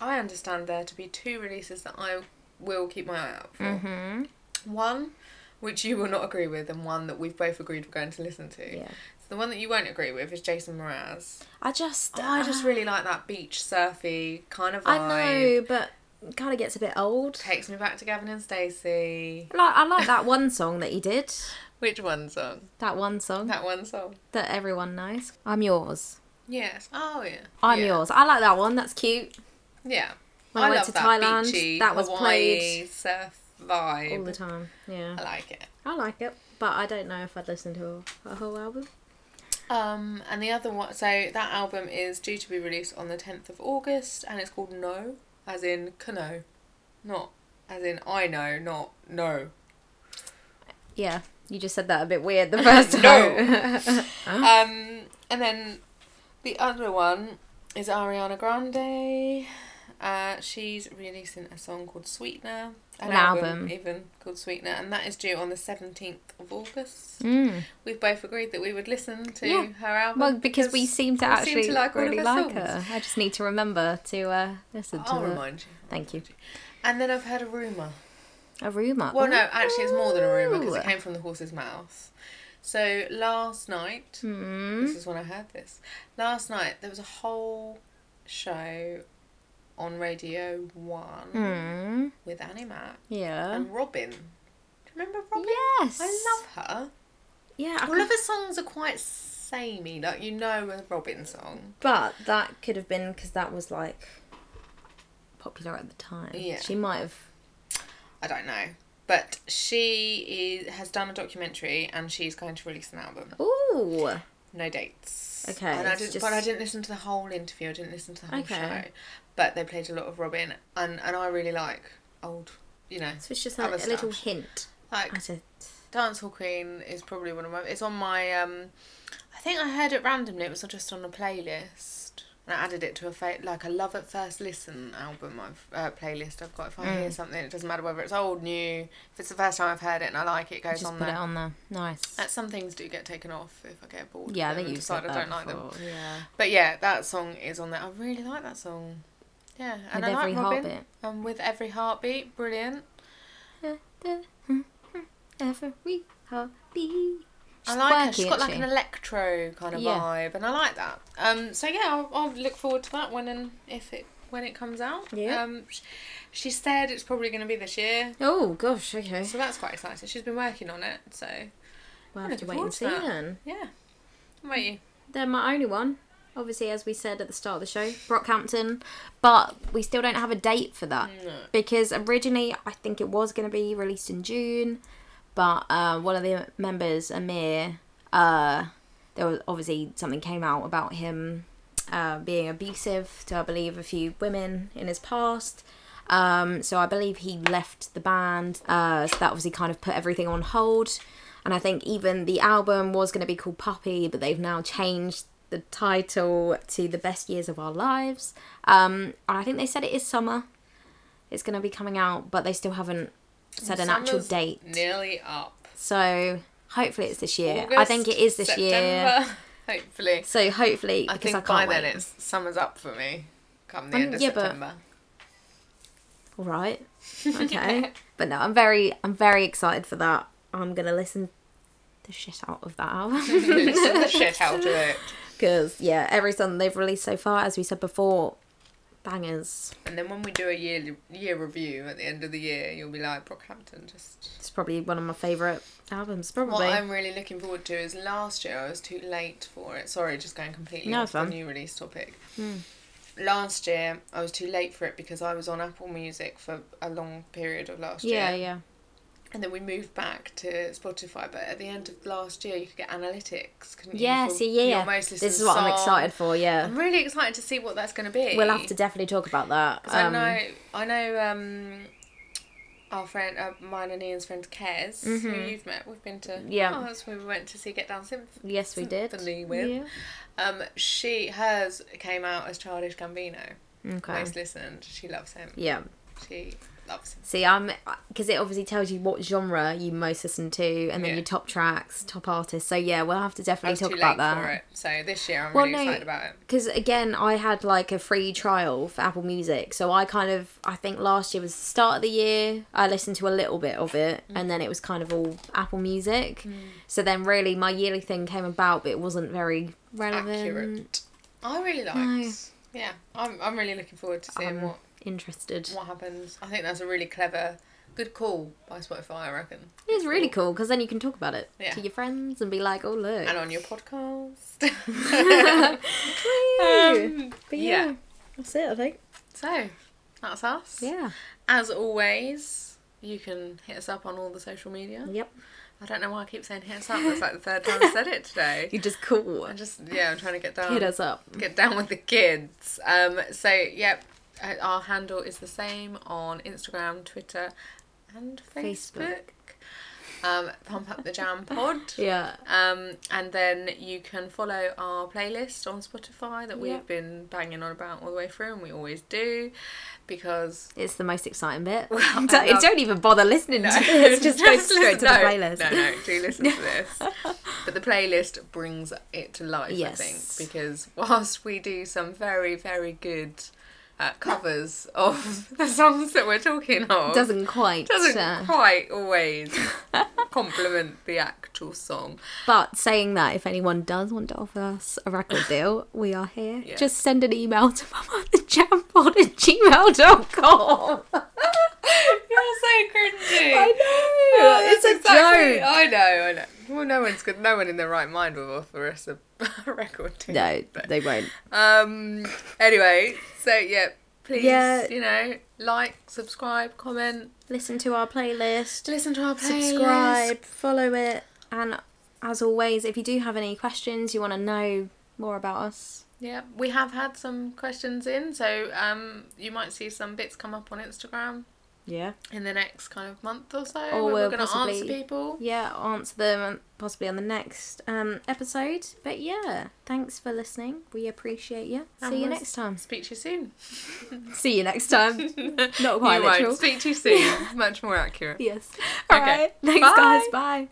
B: I understand there to be two releases that I will keep my eye out for.
A: Mm-hmm.
B: One, which you will not agree with, and one that we've both agreed we're going to listen to.
A: Yeah.
B: So the one that you won't agree with is Jason Mraz.
A: I just.
B: I just really like that beach surfy kind of vibe.
A: Ah. I know, but kind of gets a bit old.
B: Takes me back to Gavin and Stacey.
A: Like I like that one song that he did.
B: Which one song?
A: That one song
B: That one song.
A: that everyone knows. I'm yours.
B: Yes. Oh yeah.
A: I'm
B: yeah.
A: yours. I like that one. That's cute.
B: Yeah.
A: When I went to Thailand, that was
B: Hawaii surf vibe.
A: All the time. Yeah.
B: I like it.
A: I like it, but I don't know if I'd listen to a, a whole album.
B: Um, and the other one, so that album is due to be released on the 10th of August and it's called No, as in Kano, not as in I know, not no.
A: Yeah. You just said that a bit weird the first time.
B: No.
A: Mm.
B: Um, and then the other one is Ariana Grande. Uh, she's releasing a song called Sweetener,
A: An album.
B: even called Sweetener, and that is due on the 17th of August.
A: Mm.
B: we've both agreed that we would listen to
A: Yeah.
B: her album.
A: Well, because we seem to
B: Um, we
A: actually
B: all of
A: really
B: her
A: like
B: songs.
A: her. I just need to remember to uh, listen to
B: I'll
A: her.
B: remind you.
A: Thank you.
B: And then I've heard a rumour.
A: A rumour.
B: Well, no, actually, it's more than a rumour because
A: Uh, oh. Ooh.
B: it came from the horse's mouth. So last night,
A: Hmm.
B: this is when I heard this. Last night, there was a whole show on Radio 1
A: Hmm.
B: with Annie Mac
A: Yeah.
B: and Robin. Do you remember Robin?
A: Yes.
B: Um, I love her.
A: Yeah. I
B: All of
A: can't-
B: her songs are quite samey, like you know a Robin song.
A: But that could have been because that was like popular at the time.
B: Yeah.
A: She might have.
B: I don't know. But she is, has done a documentary and she's going to release an album.
A: Ooh.
B: No dates.
A: Okay,
B: And I
A: it's
B: didn't,
A: just-
B: But I didn't listen to the whole interview. I didn't listen to the whole
A: Okay.
B: show. But they played a lot of Robin, and and I really like old, you know,
A: So it's just
B: Other
A: like a little
B: stuff.
A: hint
B: like
A: at a.
B: Dancehall Queen is probably one of my. It's on my. um I think I heard it randomly. It was just on a playlist. And I added it to a fa- like a love at first listen album I've, uh, playlist I've got. If I
A: Mm.
B: hear something, it doesn't matter whether it's old, new. If it's the first time I've heard it and I like it, it goes
A: Just
B: on
A: put
B: there.
A: it on there. Nice.
B: Uh, Some things do get taken off if I get bored.
A: yeah, I
B: of them
A: think
B: and
A: you
B: decide
A: said
B: I
A: that
B: don't like them.
A: before. Yeah.
B: But yeah, that song is on there. I really like that song. Yeah, and
A: With
B: I
A: every
B: like Robin.
A: heartbeat.
B: And with every heartbeat, brilliant.
A: hmm, Every heartbeat.
B: I like her. She's
A: quirky,
B: got like
A: isn't
B: an
A: she?
B: electro kind of
A: Yeah.
B: vibe, and I like that. Um, so yeah, I'll, I'll look forward to that when and if it when it comes out.
A: Yeah.
B: Um, sh- she said it's probably going to be this year,
A: Oh gosh. Okay.
B: so that's quite exciting. She's been working on it, so
A: We'll
B: I'm
A: have to
B: looking
A: wait and
B: forward to
A: see
B: that.
A: then.
B: yeah. What about you?
A: They're my only one. Obviously, as we said at the start of the show, Brockhampton, but we still don't have a date for that
B: No.
A: because originally I think it was going to be released in June, But uh, one of the members, Amir, uh, there was obviously something came out about him uh, being abusive to, I believe, a few women in his past. Um, so I believe he left the band. Uh, so that obviously kind of put everything on hold. And I think even the album was going to be called Puppy, but they've now changed the title to The Best Years of Our Lives. Um, and I think they said it is summer. It's going to be coming out, but they still haven't said an actual
B: Summer's
A: date.
B: Nearly up.
A: So hopefully it's this year. I
B: August,
A: think it is this year.
B: September, Hopefully.
A: So hopefully, because
B: I
A: I,
B: think
A: can't
B: by
A: wait.
B: then it's summer's up for me. Come the
A: Um,
B: end of
A: yeah, but-
B: September.
A: All right. Okay. but no, I'm very, I'm very excited for that. I'm gonna listen the shit out of that album
B: Listen the shit out of it.
A: because yeah, every song they've released so far, as we said before, bangers.
B: And then when we do a year year review at the end of the year, you'll be like Brockhampton. Just
A: It's probably one of my favorite albums.
B: what
A: Probably.
B: I'm really looking forward to is last year I was too late for it. Sorry, just going completely
A: No, Hmm.
B: off the
A: fun.
B: new release topic. Last year I was too late for it because I was on Apple Music for a long period of last year.
A: yeah, yeah.
B: And then we moved back to Spotify, but at the end of last year, you could get analytics, couldn't
A: Yeah,
B: you? for
A: see, yeah,
B: your
A: yeah.
B: most
A: This
B: listened
A: is what I'm
B: song.
A: excited for, yeah.
B: I'm really excited to see what that's going to be.
A: We'll have to definitely talk about that.
B: 'Cause
A: Um,
B: I know, I know, um, our friend, uh, mine and Ian's friend Kez, who you've met, we've been to.
A: Mm-hmm. Yeah.
B: Oh, that's who we went to see Get Down Symph.
A: Yes, we did.
B: Symphony with. Um, she hers came out as Childish Gambino.
A: Yeah. Okay.
B: Most listened. She loves him.
A: Yeah.
B: She loves him.
A: See, I'm because it obviously tells you what genre you most listen to, and then
B: Yeah.
A: your top tracks, top artists. So yeah, we'll have to
B: I
A: definitely
B: was
A: talk
B: too
A: about
B: late
A: that.
B: for it, so this year I'm
A: Well,
B: really
A: no,
B: excited about it.
A: Because again, I had like a free trial for Apple Music, so I kind of I think last year was the start of the year. I listened to a little bit of it,
B: Mm.
A: and then it was kind of all Apple Music. So then, really, my yearly thing came about, but it wasn't very relevant,
B: accurate. I really liked. Yeah, I'm, I'm really looking forward to seeing
A: Um,
B: what
A: interested.
B: what happens. I think that's a really clever, good call by Spotify. I reckon.
A: It is really cool because then you can talk about it
B: Yeah.
A: to your friends and be like, "Oh look."
B: And on your podcast.
A: Woo!
B: Um,
A: but
B: yeah.
A: yeah, that's it. I think.
B: so, that's us.
A: Yeah.
B: As always, you can hit us up on all the social media.
A: Yep.
B: I don't know why I keep saying hit us up. That's like the third time I said it today.
A: You're just cool.
B: I just yeah, I'm trying to get down.
A: Hit us up.
B: get down with the kids. Um, so yep, uh, our handle is the same on Instagram, Twitter, and Facebook.
A: Facebook.
B: Um, Pump up the jam pod.
A: Yeah.
B: Um, and then you can follow our playlist on Spotify that we've
A: Yep.
B: been banging on about all the way through, and we always do because
A: It's the most exciting bit.
B: Well, I
A: don't,
B: love-
A: don't even bother listening to this. Just go straight to the
B: no,
A: playlist.
B: No, no, do listen to this. But the playlist brings it to life,
A: Yes.
B: I think, because whilst we do some very, very good uh, covers of the songs that we're talking of,
A: Doesn't quite.
B: doesn't
A: uh,
B: quite always complement the actual song.
A: but saying that, if anyone does want to offer us a record deal, we are here.
B: Yeah.
A: Just send an email to mamatthejampod at gmail.com.
B: You're so cringy.
A: I know. it's a joke.
B: I know, I know. Well, no one's good. No one in their right mind will offer us a record deal.
A: No,
B: but-
A: they won't.
B: Um. Anyway, so yeah, please,
A: Yeah.
B: you know, like, subscribe, comment,
A: Listen to our playlist.
B: listen to our playlist.
A: subscribe, follow it, and as always, if you do have any questions, you want to know more about us,
B: Yeah, we have had some questions in, so um, you might see some bits come up on Instagram
A: yeah,
B: in the next kind of month or so.
A: Or
B: where we're
A: we'll
B: going to answer
A: possibly-
B: people.
A: yeah, I'll answer them um, possibly on the next um, episode. But yeah, thanks for listening. We appreciate you.
B: And
A: See you
B: we'll
A: next time.
B: Speak to you soon.
A: See you next time. Not
B: Um, you
A: quite
B: won't.
A: literal.
B: Speak to you soon. Much more accurate.
A: Yes. All
B: Okay.
A: right. Thanks,
B: Bye.
A: guys. Bye.